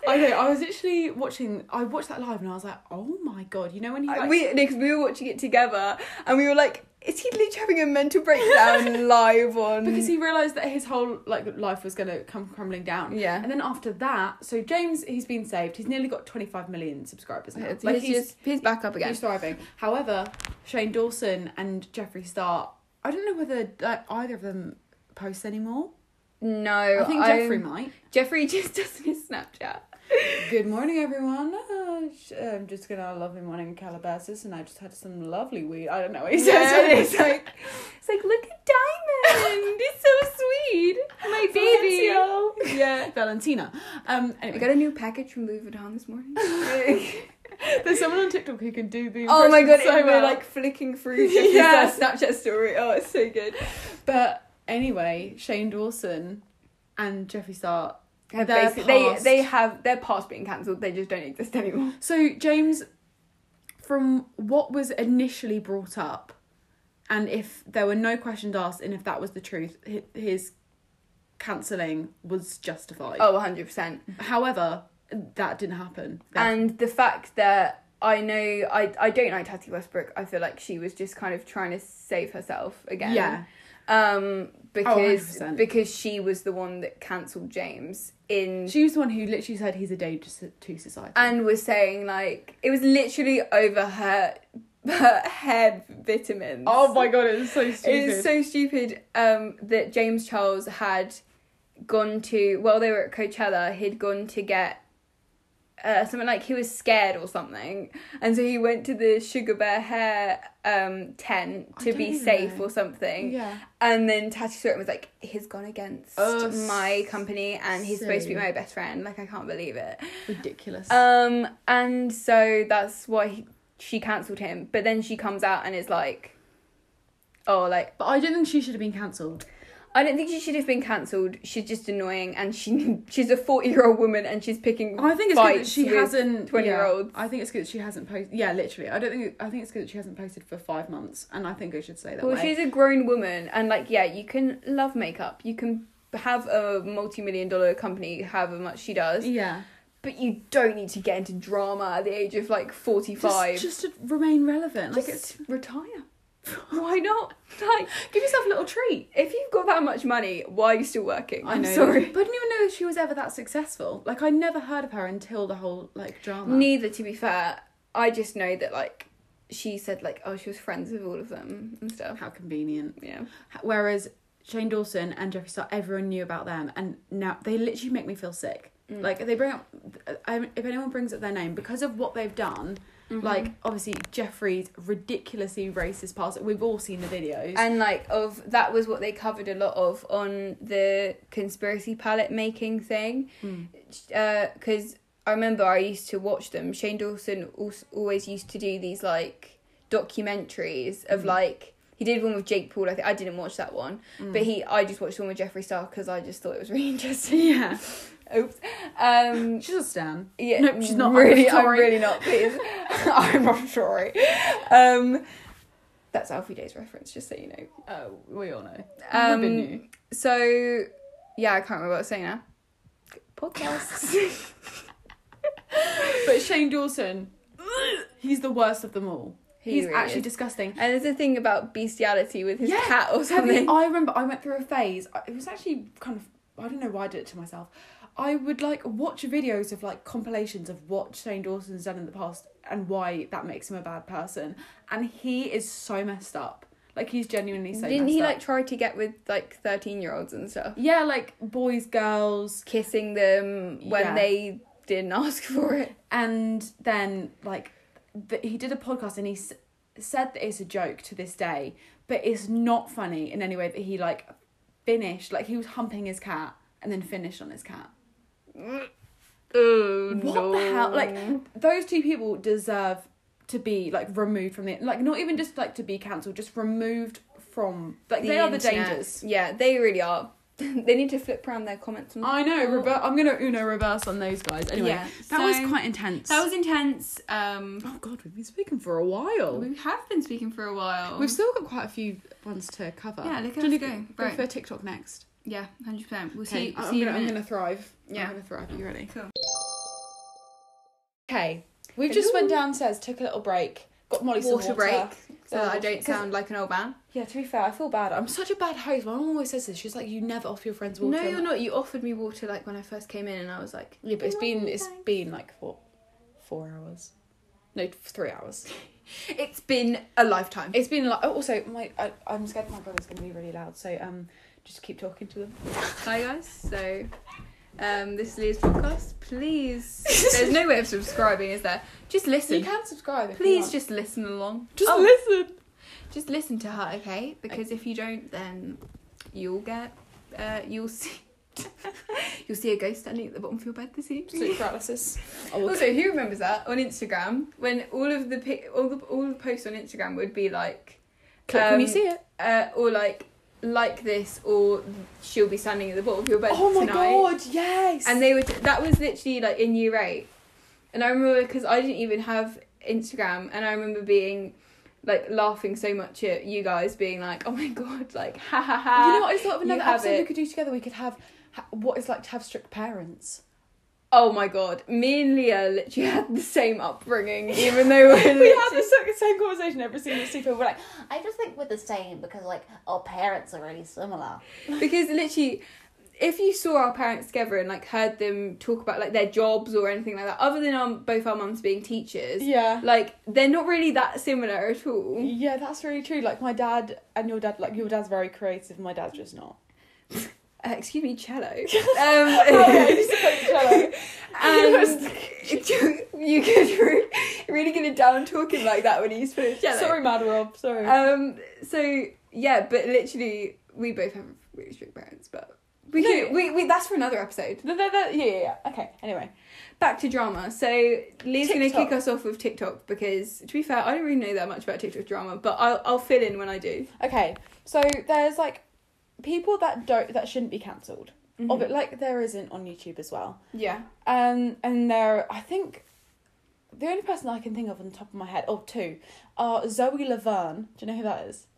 B: Okay, I was actually watching. I watched that live and I was like, "Oh my god!" You know when he
A: I-
B: like,
A: Uh, we because we were watching it together and we were like is he literally having a mental breakdown live on
B: because he realized that his whole like life was gonna come crumbling down.
A: yeah
B: And then after that, so James, he's been saved. He's nearly got twenty five million subscribers now.
A: It's-
B: like
A: he's,
B: he's
A: just- he's back up again
B: he's thriving. However, Shane Dawson and Jeffree Star, I don't know whether like, either of them post anymore.
A: No,
B: I think Jeffrey might.
A: Jeffrey just does his Snapchat.
B: Good morning, everyone. Uh, sh- I'm just gonna have a lovely morning in Calabasas, and I just had some lovely weed. I don't know what he says.
A: Yeah,
B: but
A: it's like it's like look at Diamond. He's so sweet, my baby.
B: Yeah. Valentina. Um,
A: I
B: anyway,
A: got a new package from Louis Vuitton this morning.
B: there's someone on TikTok who can do the
A: oh my god,
B: impression so
A: and we're
B: well.
A: like flicking through Jeffrey's
B: Yeah.
A: uh, Snapchat story. Oh, it's so good.
B: But anyway, Shane Dawson and Jeffree Star.
A: Have
B: Their
A: basi- they
B: past-
A: they have their past being cancelled. They just don't exist anymore.
B: So James, from what was initially brought up, and if there were no questions asked, and if that was the truth, hi- his cancelling was justified.
A: Oh, 100 percent.
B: However, that didn't happen.
A: and the fact that I know I I don't like Tati Westbrook. I feel like she was just kind of trying to save herself again.
B: Yeah.
A: Um because
B: 100%.
A: because she was the one that cancelled James in
B: she was the one who literally said he's a danger to- to society.
A: and was saying like it was literally over her her hair vitamins.
B: Oh my god, it's so
A: It
B: stupid.
A: is so stupid um, that James Charles had gone to while they were at Coachella. He'd gone to get uh, something like he was scared or something, and so he went to the Sugar Bear Hair um, tent
B: I
A: to
B: don't
A: be
B: even
A: safe
B: know.
A: or something.
B: yeah.
A: And then Tati saw it and was like, "He's gone against
B: Oh,
A: my company, and he's supposed to be
B: so-
A: my best friend. Like I can't believe it."
B: Ridiculous.
A: Um, and so that's why he, she cancelled him. But then she comes out and is like, "Oh, like."
B: but I don't think she should have been cancelled.
A: I don't think she should have been cancelled. She's just annoying, and she she's a forty year old woman, and she's picking.
B: I think it's good that
A: fights
B: she
A: with-
B: hasn't.
A: 20-year-olds.
B: Yeah, I think it's good that she hasn't posted. Yeah, literally. I don't think. I think it's good that she hasn't posted for five months, and I think I should say that.
A: Well,
B: way.
A: she's a grown woman, and like, yeah, you can love makeup. You can have a multi million dollar company, however much she does,
B: Yeah.
A: but you don't need to get into drama at the age of like forty five.
B: Just, just to remain relevant.
A: Like
B: Like it's.
A: retire.
B: Why not? Like, give yourself a little treat.
A: If you've got that much money, why are you still working?
B: I
A: I'm
B: know.
A: sorry.
B: But I didn't even know she was ever that successful. Like I never heard of her until the whole like drama.
A: Neither, to be fair. I just know that like she said like oh she was friends with all of them and stuff.
B: How convenient.
A: Yeah.
B: Whereas Shane Dawson and Jeffree Star, everyone knew about them, and now they literally make me feel sick.
A: Mm.
B: Like they bring up, I, if anyone brings up their name because of what they've done,
A: Mm-hmm.
B: like obviously Jeffrey's ridiculously racist past. We've all seen the videos.
A: and like of that was what they covered a lot of on the conspiracy palette making thing
B: Hmm.
A: because i remember i used to watch them shane dawson also always used to do these like documentaries
B: Hmm.
A: of like he did one with jake paul i think i didn't watch that one
B: Hmm.
A: but he i just watched one with jeffree star because i just thought it was really interesting
B: yeah,
A: oops um
B: she's a stan.
A: yeah,
B: Nope, she's not. I'm
A: Really, I'm,
B: sorry.
A: really not. Please, I'm not sorry. Um, that's Alfie Day's reference, just so you know.
B: Oh, we all know.
A: Um,
B: Robin knew.
A: So, yeah, I can't remember what I was saying now. Podcasts.
B: But Shane Dawson, he's the worst of them all.
A: He
B: he's
A: really
B: actually
A: is.
B: disgusting.
A: and there's a thing about bestiality with his
B: Yeah,
A: cat
B: Have you- Oh,
A: or something.
B: I remember I went through a phase. I- It was actually kind of I don't know why I did it to myself. I would like watch videos of like compilations of what Shane Dawson's done in the past and why that makes him a bad person. And he is so messed up. Like he's genuinely so.
A: Didn't
B: messed
A: he
B: up.
A: like try to get with like 13 year olds and stuff?
B: Yeah, like boys, girls,
A: Kissing them when
B: Yeah.
A: they didn't ask for it.
B: and then like th- he did a podcast and he s- said that it's a joke to this day, but it's not funny in any way that he like finished like he was humping his cat and then finished on his cat.
A: Oh,
B: what the hell like those two people deserve to be like removed from the like not even just like to be cancelled just removed from like they are the
A: internet.
B: dangers
A: Yeah, they really are. they need to flip around their comments. Oh. on-
B: i know rever- i'm gonna uno reverse on those guys anyway
A: Yeah,
B: that was
A: so-
B: quite intense
A: That was intense. Um,
B: oh god we've been speaking for a while
A: we have been speaking for a while.
B: we've still got quite a few ones to cover
A: Yeah, look at
B: Do you
A: us
B: wanna
A: go. Right.
B: for tiktok next
A: yeah, hundred percent. We'll
B: okay
A: see.
B: I'm,
A: see you in
B: gonna,
A: a
B: I'm
A: minute.
B: gonna thrive
A: Yeah.
B: i'm gonna thrive are you ready
A: Cool.
B: okay we've just went downstairs took a little break got molly some water
A: so that I
B: Oh,
A: don't
B: 'cause-
A: sound like an old man.
B: Yeah, to be fair, I feel bad. I'm such a bad host. My mum always says this. She's like, you never offer your friends water.
A: No, you're not. You offered me water like when I first came in, and I was like,
B: Yeah, but it's been it's been like what, four hours? No, three hours.
A: it's been a lifetime.
B: It's been like oh, also my I, I'm scared my brother's gonna be really loud. So um, just keep talking to them.
A: Hi guys. So, um, this is Leah's podcast. Please, there's no way of subscribing, is there? Just
B: You
A: listen.
B: can subscribe. If
A: Please just listen along.
B: just
A: Oh,
B: listen.
A: Just listen to her, okay? Because if you don't, then you'll get, uh, you'll see, you'll see a ghost standing at the bottom of your bed this evening.
B: Sleep paralysis. I will-
A: Also, who remembers that on Instagram when all of the pic, all the all the posts on Instagram would be like,
B: click when you
A: um,
B: see it.
A: uh, or like like this, or she'll be standing at the bottom of your bed tonight.
B: Oh yes.
A: And they would that was literally like in year eight, and I remember because I didn't even have Instagram, and I remember being like laughing so much at you guys being like, oh my god, like ha ha ha.
B: you know what? I thought of
A: uh, you
B: another
A: have
B: episode
A: it.
B: we could do together. We could have ha- what it's like to have strict parents.
A: Oh my god, me and Leah literally had the same upbringing, even though we're
B: we have the same, same conversation every single sleepover. We're like,
C: I just think we're the same because like our parents are really similar.
A: because literally if you saw our parents together and like heard them talk about like their jobs or anything like that other than our, both our mums being teachers
B: yeah,
A: like they're not really that similar at all
B: yeah, that's really true. Like my dad and your dad, like your dad's very creative. My dad's just not.
A: uh, excuse me cello
B: Okay,
A: um
B: just like cello.
A: and you, you could re- really get it down talking like that when you used to play cello
B: Sorry, Mad Rob. Sorry.
A: um so yeah but literally we both have really strict parents but we,
B: No.
A: could, we, we that's for another episode
B: Th- th- th- yeah, yeah, yeah. Okay. Anyway,
A: back to drama. So Lee's going to
B: TikTok.
A: kick us off with TikTok because, to be fair, I don't really know that much about TikTok drama, but I'll I'll fill in when I do.
B: okay. So there's like people that don't that shouldn't be canceled Oh, but like there isn't on YouTube as well.
A: Yeah.
B: Um, and there, I think the only person I can think of oh, on the top of my head, or two, are Zoe Laverne. Do you know who that is?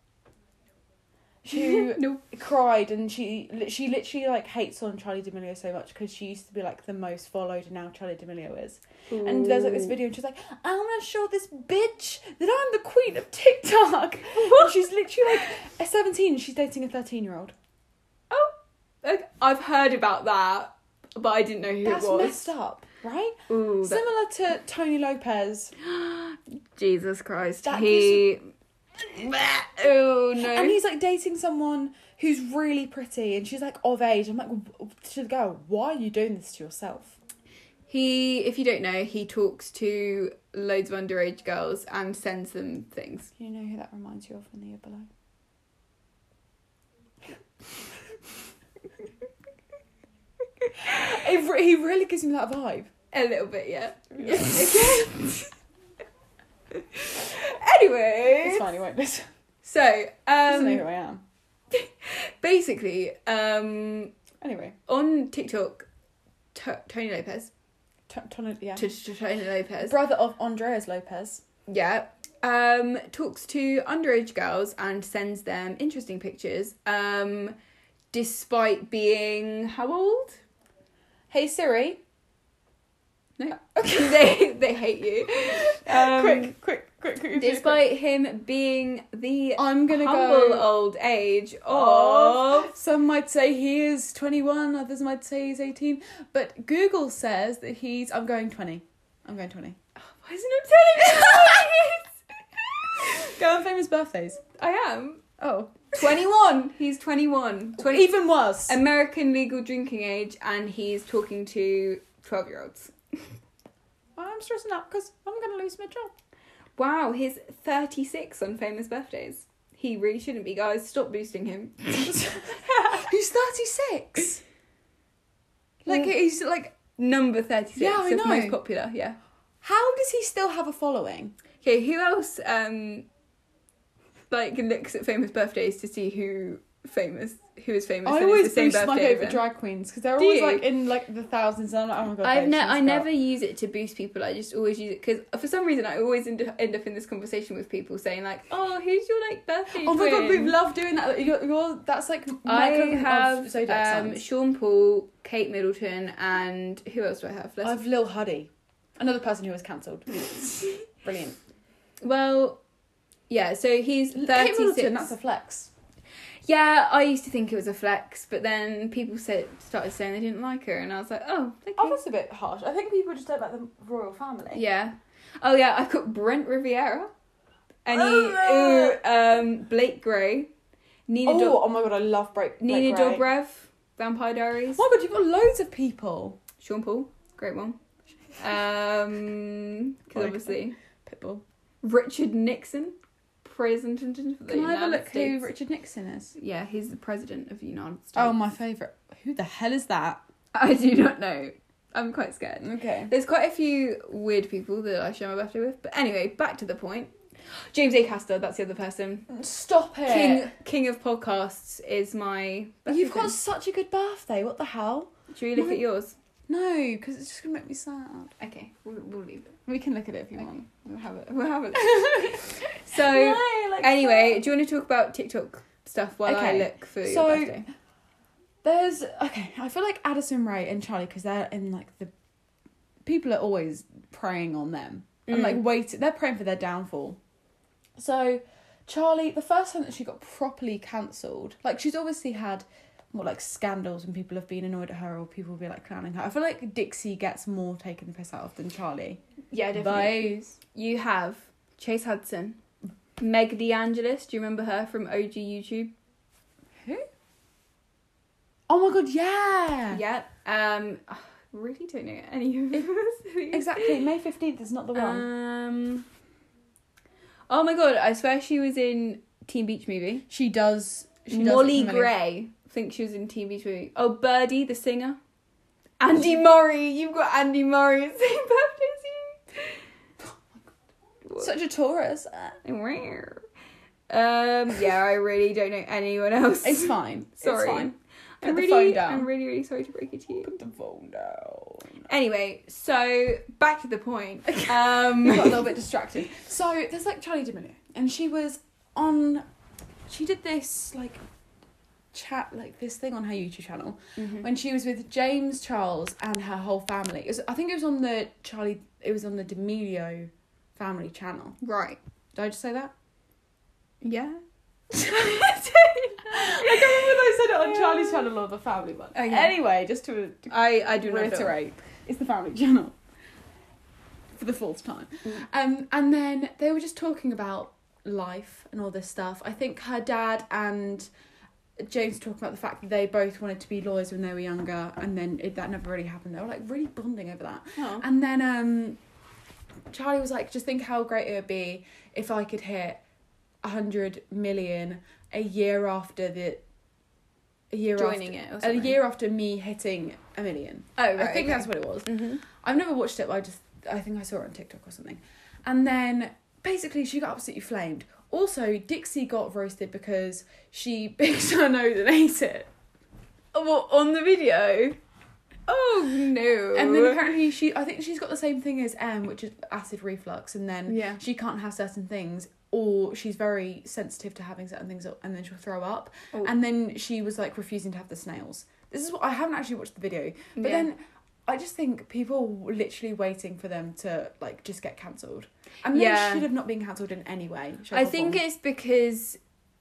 D: who
A: No.
D: cried and she li- she literally like hates on Charlie D'Amelio so much because she used to be like the most followed and now Charlie D'Amelio is. And there's like this video and she's like, I'm gonna show this bitch that I'm the queen of TikTok. And she's literally like a 17. She's dating a 13 year old.
A: Oh, like, I've heard about that, but I didn't know who
D: That's
A: it was.
D: messed up, right?
A: Ooh, that-
D: Similar to Tony Lopez.
A: Jesus Christ.
D: That
A: he. oh no.
D: And he's like dating someone who's really pretty and she's like of age. I'm like, w- to the girl, why are you doing this to yourself?
A: He, if you don't know, he talks to loads of underage girls and sends them things.
D: Do you know who that reminds you of in the year below? it, re- he really gives me that vibe.
A: A little bit, yeah.
D: It's
A: anyway,
D: fine, he won't listen.
A: so
D: He doesn't know who
A: um,
D: I am.
A: basically, um,
D: Anyway,
A: on TikTok, T- Tony Lopez,
D: t- Tony, yeah.
A: T- T- Tony Lopez,
D: Brother of Andreas Lopez.
A: yeah, um, talks to underage girls and sends them interesting pictures, um, despite being how old?
D: Hey Siri,
A: No, they they hate you. Um,
D: Uh, quick, quick, quick, quick. quick.
A: Despite him being the
B: I'm gonna
A: humble
B: go.
A: old age of
B: Of- Some might say he is 21, others might say he's 18, but Google says that he's. I'm going 20. I'm going 20.
A: why isn't it telling me?
B: Go on famous birthdays.
A: I am
B: Oh,
A: 21. He's 21. 20,
B: even worse.
A: American legal drinking age, and he's talking to 12 year olds.
D: I'm stressing out because I'm gonna lose my job.
A: Wow, he's 36 on famous birthdays. He really shouldn't be, guys. Stop boosting him.
B: he's 36. Like
A: Yeah.
B: he's like,
A: Number 36
B: Yeah, I
A: is
B: know.
A: most popular. Yeah.
B: how does he still have a following?
A: Okay, who else um like looks at famous birthdays to see who famous who is famous?
B: I
A: and
B: always
A: it's the same
B: boost my
A: birthday
B: favorite
A: as them?
B: drag queens because they're
A: Do
B: always
A: you?
B: like in like the thousands, and I'm like, oh my god.
A: I've
B: babes,
A: ne-
B: she's
A: I
B: got-
A: never use it to boost people. I just always use it because for some reason I always end, end up in this conversation with people saying like, "Oh, who's your like birthday?"
B: Oh my god, we
A: twin?"
B: love doing that. You're, you're, that's like
A: I
B: my equivalent of
A: have
B: zodiac
A: um,
B: signs.
A: Sean Paul, Kate Middleton, and who else do I have? Let's-
B: I've Lil Huddy, another person who was
A: Hmm.
B: cancelled. Brilliant.
A: well, yeah. So he's
B: Kate
A: thirty
B: Middleton,
A: six.
B: that's a flex.
A: Yeah, I used to think it was a flex, but then people said started saying they didn't like her, and I was like, oh, okay.
D: Oh, that's a bit harsh. I think people just don't like the royal family.
A: yeah. Oh yeah, I've got Brent Riviera, and he,
D: Oh,
A: ooh, um, Blake Gray, Nina,
D: Oh,
A: Do-
D: oh my god, I love Break.
A: Nina
D: Blake Gray.
A: Dobrev, Vampire Diaries,
B: Oh my god, you've got loads of people.
A: Sean Paul, great one. Um, because
B: Okay.
A: obviously
B: Pitbull.
A: Richard Nixon, president of the
B: Can I
A: United
B: have a look
A: States.
B: who Richard Nixon is?
A: Yeah, he's the president of the United States.
B: Oh, my favourite. Who the hell is that?
A: I do not know. I'm quite scared.
B: Okay.
A: There's quite a few weird people that I share my birthday with, but anyway, back to the point. James A. Castor, that's the other person.
B: Stop
A: King King of podcasts is my. birthday
B: You've got
A: friend.
B: such a good birthday. What the hell?
A: Should we look
B: my-
A: at yours?
B: No, because it's just gonna make me sad.
A: Okay, we'll, we'll leave it.
B: We can look at it if you want.
A: We'll have it. We'll have it. so
D: Why? Like,
A: anyway, do you want to talk about TikTok stuff while
B: Okay,
A: I look for
B: so-
A: your birthday?
B: There's okay. I feel like Addison Ray and Charlie because they're in like the people are always preying on them and
A: Mm.
B: like wait. They're praying for their downfall. So Charlie, the first time that she got properly cancelled, like she's obviously had more like scandals and people have been annoyed at her or people will be like clowning her. I feel like Dixie gets more taken the piss out of than Charlie.
A: Yeah, definitely.
B: Those
A: You have Chase Hudson, Meg DeAngelis. Do you remember her from OG YouTube?
B: who? Oh my god, yeah.
A: Yeah. Um, I really don't know any of those.
B: Exactly. May fifteenth is not the one.
A: Um. Oh my god! I swear she was in Teen Beach Movie.
B: she does. She does
A: Molly
B: look familiar.
A: Gray. I think she was in Teen Beach Movie. Oh, Birdie, the singer. Andy Murray. You've got Andy Murray. Same birthday as you.
B: Such a Taurus.
A: Rare. Um. Yeah, I really don't know anyone else.
B: It's fine. It's
A: sorry.
B: fine. Put
A: I'm
B: the
A: really,
B: phone down.
A: I'm really, really sorry to break it to you.
B: Put the phone down.
A: Anyway, so back to the point.
B: We got a
A: Um.
B: little bit distracted. So there's like Charlie D'Amelio, and she was on. She did this like chat like this thing on her YouTube channel
A: Mhm.
B: when she was with James Charles and her whole family. It was, I think it was on the Charlie. It was on the D'Amelio family channel.
A: Right.
B: Did I just say that?
A: Yeah.
B: I can't remember whether I said it on Charlie's channel or the family one.
A: Okay.
B: Anyway, just to, to
A: Oh, I I do not know.
B: reiterate, it's the family channel for the fourth time.
A: Mm.
B: Um, and then they were just talking about life and all this stuff. I think her dad and James talked about the fact that they both wanted to be lawyers when they were younger, and then it, that never really happened. They were like really bonding over that.
A: Oh.
B: And then um, Charlie was like, just think how great it would be if I could hit 100 million a year after the. A year
A: Joining
B: after,
A: it or
B: A
A: something.
B: year after me hitting a million.
A: Oh right.
B: I think that's what Mm-hmm. it was.
A: hmm
B: I've never watched it, but I just. I think I saw it on TikTok or something. And then basically she got absolutely flamed. Also, Dixie got roasted because she picked her nose and ate it.
A: Well, on the video. Oh no.
B: And then apparently she, I think she's got the same thing as M, which is acid reflux, and then
A: Yeah.
B: she can't have certain things, or she's very sensitive to having certain things, and then she'll throw up.
A: Oh.
B: And then she was like refusing to have the snails. This is what I haven't actually watched the video, but
A: Yeah.
B: then I just think people were literally waiting for them to like just get cancelled, and they
A: Yeah.
B: should have not been cancelled in any way. shape,
A: I
B: or
A: think
B: form.
A: it's because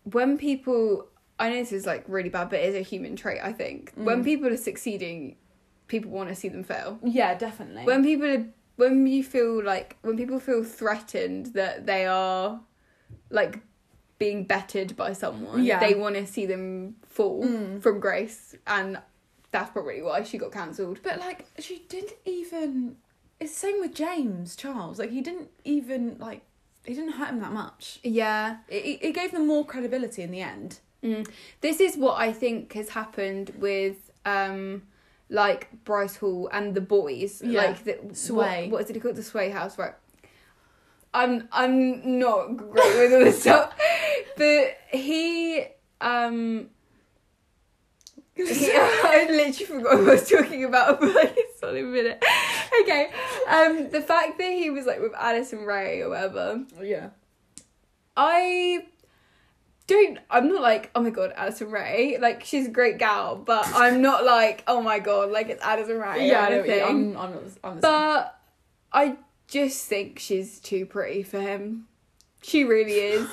A: when people, I know this is like really bad, but it is a human trait, I think. When people are succeeding, people want to see them fail.
B: yeah, definitely.
A: When people are, when you feel like, when people feel threatened that they are like being bettered by someone,
B: Yeah.
A: they want to see them fall
B: Mm.
A: from grace. And that's probably why she got cancelled.
B: But like she didn't even. It's the same with James Charles. Like he didn't even like he didn't hurt him that much.
A: Yeah.
B: It, it gave them more credibility in the end.
A: Mm. This is what I think has happened with um like Bryce Hall and the boys.
B: Yeah.
A: Like the
B: Sway.
A: What, what is it called? The Sway House, right? I'm I'm not great with all this stuff. But he um he- I literally forgot what I was talking about for like a solid minute. Okay. Um the fact that he was like with Alison Ray or whatever.
B: Yeah.
A: I don't. I'm not like, oh my god, Alison Ray. Like she's a great gal, but I'm not like, oh my god, like it's Alison Ray.
B: Yeah,
A: or
B: I know what you-
A: anything.
B: I'm, I'm not. I'm the same.
A: But I just think she's too pretty for him. She really is.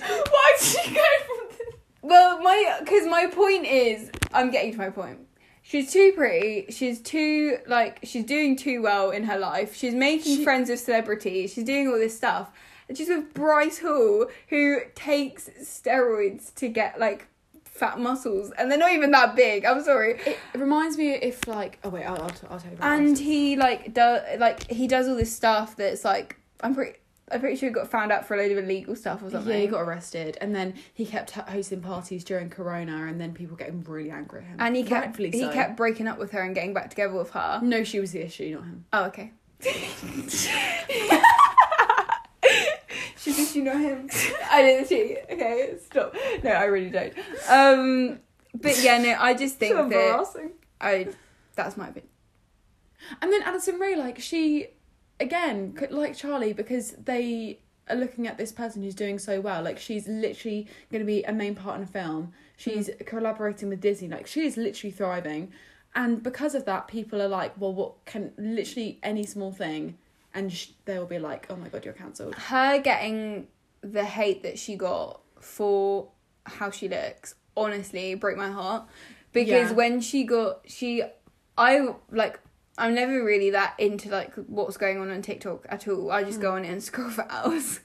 B: Why did she go from this?
A: well, my because my point is, I'm getting to my point. She's too pretty. She's too like she's doing too well in her life. She's making
B: She-
A: friends with celebrities. She's doing all this stuff. And she's with Bryce Hall, who takes steroids to get like fat muscles, and they're not even that big. I'm sorry.
B: It reminds me if like oh wait I'll I'll, t- I'll tell you about
A: And
B: it.
A: he like does like he does all this stuff that's like I'm pretty I'm pretty sure he got found out for a load of illegal stuff or something.
B: yeah he got arrested and then he kept ho- hosting parties during Corona and then people getting really angry at him
A: and he kept
B: Rightfully
A: he
B: so.
A: kept breaking up with her and getting back together with her.
B: no she was the issue not him
A: Oh, okay. she thinks you know him. I didn't see. Okay, stop. No, I really don't. Um, but yeah, no, I just think that I that's my opinion.
B: And then Alison Ray, like she, again, could like Charlie because they are looking at this person who's doing so well. Like she's literally going to be a main part in a film. She's collaborating with Disney. Like she is literally thriving, and because of that, people are like, well, what can literally any small thing, and sh- they will be like, oh my god, you're cancelled.
A: Her getting the hate that she got for how she looks honestly broke my heart because
B: Yeah.
A: when she got she, I like. I'm never really that into like what's going on on TikTok at all. I just go on it and scroll for hours.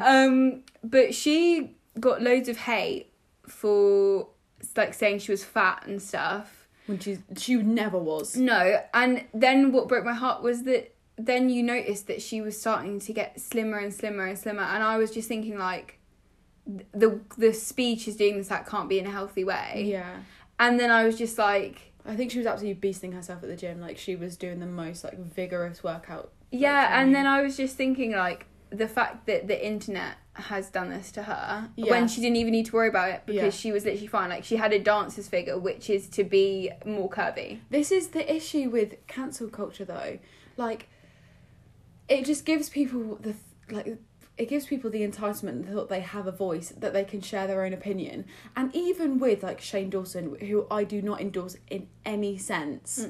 A: Um, but she got loads of hate for like saying she was fat and stuff.
B: When she's she never was.
A: No, and then what broke my heart was that then you noticed that she was starting to get slimmer and slimmer and slimmer, and I was just thinking like, th- the the speech is doing this that can't be in a healthy way.
B: Yeah.
A: And then I was just like,
B: I think she was absolutely beasting herself at the gym. Like she was doing the most like vigorous workout.
A: yeah,
B: Like,
A: and then I was just thinking like the fact that the internet has done this to her
B: Yeah.
A: when she didn't even need to worry about it because
B: Yeah.
A: she was literally fine. Like she had a dancer's figure, which is to be more curvy.
B: This is the issue with cancel culture, though. Like, it just gives people the th- like it gives people the entitlement and the thought they have a voice that they can share their own opinion. And even with like Shane Dawson, who I do not endorse in any sense,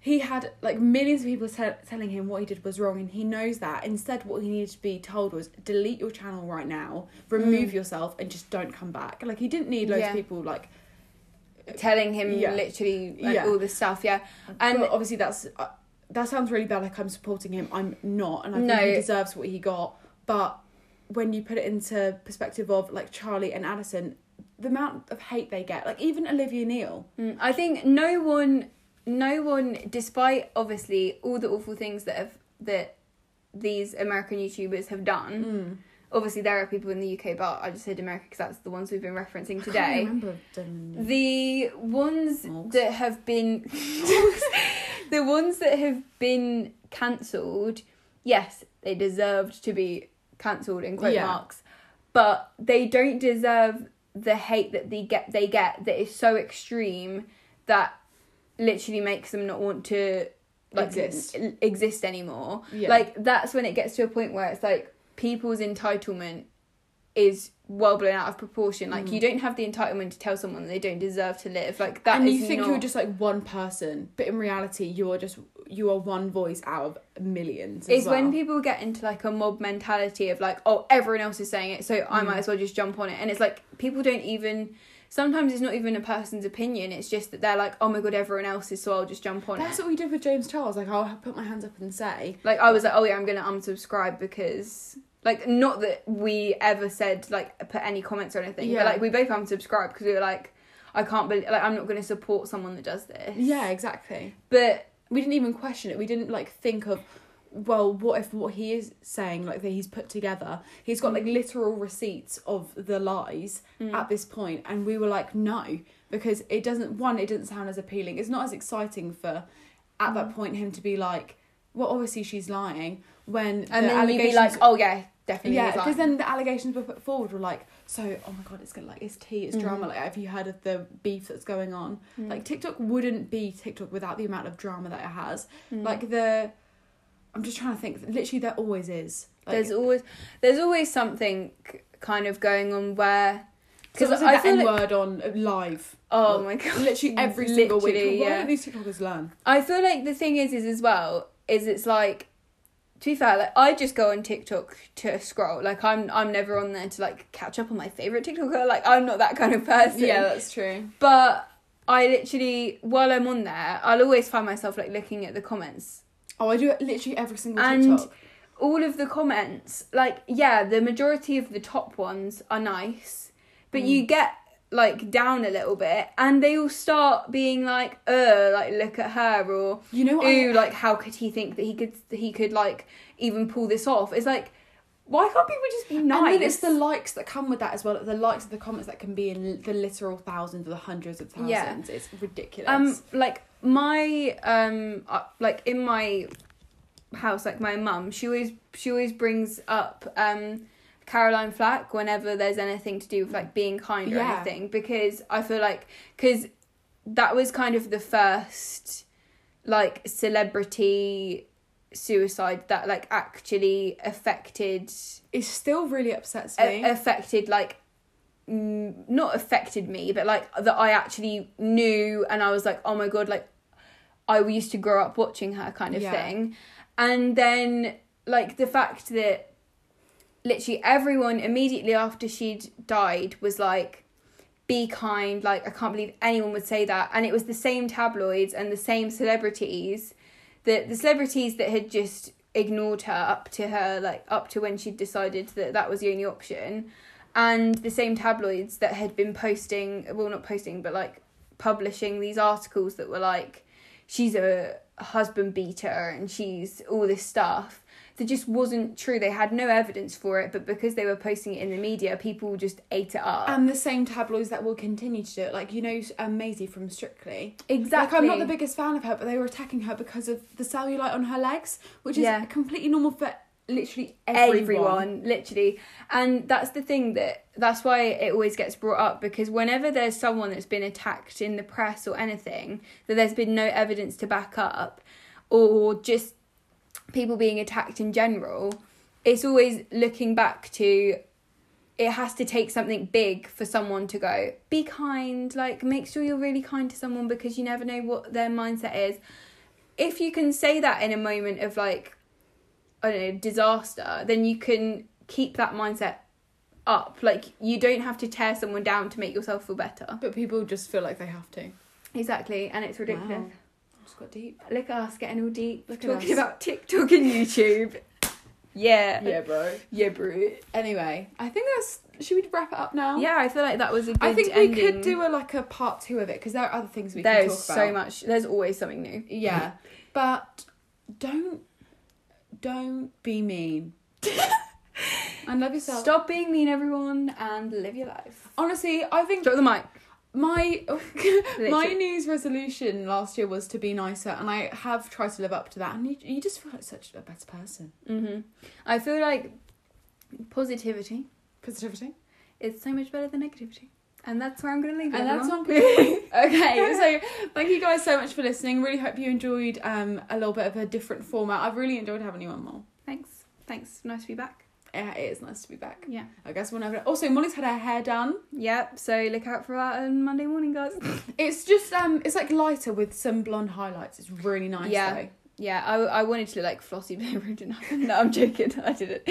B: he had like millions of people tell telling him what he did was wrong, and he knows that. Instead, what he needed to be told was delete your channel right now, remove yourself, and just don't come back. Like he didn't need loads
A: Yeah.
B: of people like.
A: telling him
B: Uh, Yeah.
A: literally like,
B: Yeah.
A: all this stuff. Yeah,
B: And
A: and
B: obviously, that's uh, that sounds really bad. Like I'm supporting him. I'm not, and I think
A: No.
B: he deserves what he got. But when you put it into perspective of like Charlie and Addison, the amount of hate they get, like even Olivia Neal,
A: Mm, I think no one, no one, despite obviously all the awful things that have that these American YouTubers have done.
B: Mm.
A: Obviously, there are people in the UK, but I just said America because that's the ones we've been referencing
B: I
A: today.
B: remember them.
A: The ones
B: Morgs.
A: that have been, the ones that have been cancelled. Yes, they deserved to be cancelled in quote
B: Yeah.
A: marks, but they don't deserve the hate that they get. They get that is so extreme that literally makes them not want to like
B: Exist.
A: n- exist anymore.
B: Yeah.
A: Like that's when it gets to a point where it's like people's entitlement is well blown out of proportion. Like
B: Mm.
A: you don't have the entitlement to tell someone they don't deserve to live. Like that
B: and
A: is
B: you think
A: not-
B: you're just like one person, but in reality, you are just you are one voice out of millions. as
A: It's when
B: well.
A: people get into like a mob mentality of like, oh, everyone else is saying it, so I
B: Mm.
A: might as well just jump on it. And it's like people don't even. Sometimes it's not even a person's opinion. It's just that they're like, oh my god, everyone else is, so I'll just jump on
B: That's
A: it.
B: what we did with James Charles. Like I'll put my hands up and say,
A: Like I was like, oh yeah, I'm gonna unsubscribe because like not that we ever said like put any comments or anything,
B: Yeah.
A: but like we both unsubscribed because we were like, I can't believe like I'm not gonna support someone that does this.
B: yeah, exactly.
A: but
B: we didn't even question it. We didn't like think of, well, what if what he is saying, like that he's put together, he's got like literal receipts of the lies
A: Mm.
B: at this point, and we were like, no, because it doesn't. One, it doesn't sound as appealing. It's not as exciting for, at that
A: Mm.
B: point, him to be like, well, obviously she's lying. When
A: and
B: the
A: then you'd be like,
B: allegations-
A: oh yeah, definitely.
B: yeah,
A: he's
B: because
A: lying.
B: then the allegations were put forward were like, so oh my god, it's gonna like it's tea, it's
A: Mm-hmm.
B: drama. Like, have you heard of the beef that's going on?
A: Mm.
B: Like TikTok wouldn't be TikTok without the amount of drama that it has.
A: Mm.
B: Like the, I'm just trying to think. Literally, there always is. Like,
A: there's always there's always something k- kind of going on where
B: because
A: because
B: so
A: I
B: I
A: feel
B: N
A: like,
B: word on uh, live.
A: oh my god
B: Literally every single
A: Literally,
B: week. What
A: yeah.
B: do these TikTokers learn?
A: I feel like the thing is is as well is it's like to be fair like I just go on TikTok to scroll like I'm I'm never on there to like catch up on my favorite TikToker like I'm not that kind of person
B: that's true.
A: but I literally while I'm on there I'll always find myself like looking at the comments
B: Oh, I do it literally every single
A: and
B: TikTok.
A: all of the comments like yeah the majority of the top ones are nice but you
B: Mm.
A: get like down a little bit and they all start being like uh like look at her or
B: You know what I-
A: ooh like how could he think that he could that he could like even pull this off it's like why can't people just be nice
B: And then it's the likes that come with that as well. The likes of the comments that can be in the literal thousands or the hundreds of thousands.
A: Yeah.
B: It's ridiculous.
A: um like my um uh, like in my house like my mum she always she always brings up um Caroline Flack whenever there's anything to do with like being kind or
B: Yeah.
A: anything because I feel like cuz that was kind of the first like celebrity suicide that like actually affected
B: it still really upsets
A: a-
B: me.
A: affected like mm, not affected me but like that i actually knew and i was like oh my god like i used to grow up watching her kind of
B: Yeah.
A: thing and then like the fact that literally everyone immediately after she'd died was like be kind like i can't believe anyone would say that and it was the same tabloids and the same celebrities that the celebrities that had just ignored her up to her like up to when she decided that that was the only option and the same tabloids that had been posting well not posting but like publishing these articles that were like she's a husband beater and she's all this stuff that just wasn't true they had no evidence for it but because they were posting it in the media people just ate it up
B: and the same tabloids that will continue to do it. Like, you know, um, Maisie from Strictly.
A: exactly
B: Like, I'm not the biggest fan of her, but they were attacking her because of the cellulite on her legs, which is
A: Yeah.
B: completely normal for literally everyone.
A: everyone. literally and that's the thing that that's why it always gets brought up because whenever there's someone that's been attacked in the press or anything that there's been no evidence to back up or just people being attacked in general it's always looking back to it has to take something big for someone to go be kind like make sure you're really kind to someone because you never know what their mindset is if you can say that in a moment of like i don't know disaster then you can keep that mindset up like you don't have to tear someone down to make yourself feel better
B: But people just feel like they have to.
A: exactly and it's ridiculous
B: Wow. Just got deep.
A: look at us getting all deep
B: Look at
A: talking
B: us.
A: about tiktok and youtube yeah
B: bro.
A: yeah bro
B: Anyway, I think that's. Should we wrap it up now?
A: yeah i feel like that was a good
B: Oh. I think we
A: ending.
B: could do a like a part two of it because there are other things we can
A: there's
B: talk about.
A: so much there's always something new
B: Yeah, but don't don't be mean. and love yourself.
A: stop being mean everyone and live your life
B: Honestly, I think
A: drop the mic
B: my my
A: Literally.
B: New Year's resolution last year was to be nicer, and I have tried to live up to that. And you, you just feel like such a better person.
A: hmm i feel like positivity
B: Positivity.
A: is so much better than negativity and that's where i'm gonna leave it,
B: And that's
A: everyone.
B: on okay, so thank you guys so much for listening. Really hope you enjoyed um, a little bit of a different format. I've really enjoyed having you on, Mol.
A: thanks thanks nice to be back
B: Yeah, it is nice to be back.
A: yeah
B: I guess we'll never. Also, Molly's had her hair done.
A: yep so look out for that on monday morning guys
B: It's just um, it's like lighter with some blonde highlights. It's really nice.
A: Yeah.
B: though.
A: yeah i, I wanted to look like flossie Blue didn't I? no i'm joking i didn't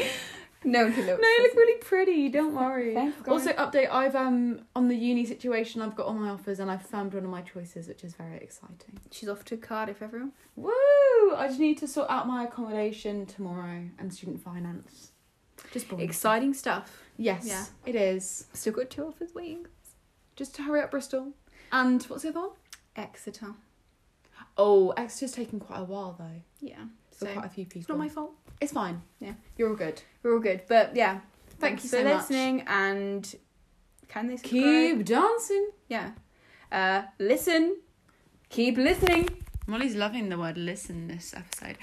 A: no one can look
B: No, you look really pretty. Don't worry.
A: Thanks, guys.
B: Also, update. I've um on the uni situation. I've got all my offers and I've found one of my choices, which is very exciting.
A: she's off to cardiff everyone
B: Woo! I just need to sort out my accommodation tomorrow and student finance. Just
A: Oh.
B: boring.
A: exciting stuff
B: yes,
A: Yeah.
B: it is.
A: still got two offers waiting
B: Just to hurry up, Bristol. And what's the other one?
A: exeter
B: Oh, Exeter's taken quite a while though.
A: yeah
B: For
A: so
B: quite a few people.
A: it's not my fault
B: It's fine.
A: Yeah.
B: you're all good.
A: we're all good but yeah
B: Thank
A: thanks
B: you
A: for
B: so much.
A: listening and can they subscribe?
B: Keep dancing.
A: yeah uh listen keep listening
B: Molly's loving the word listen this episode.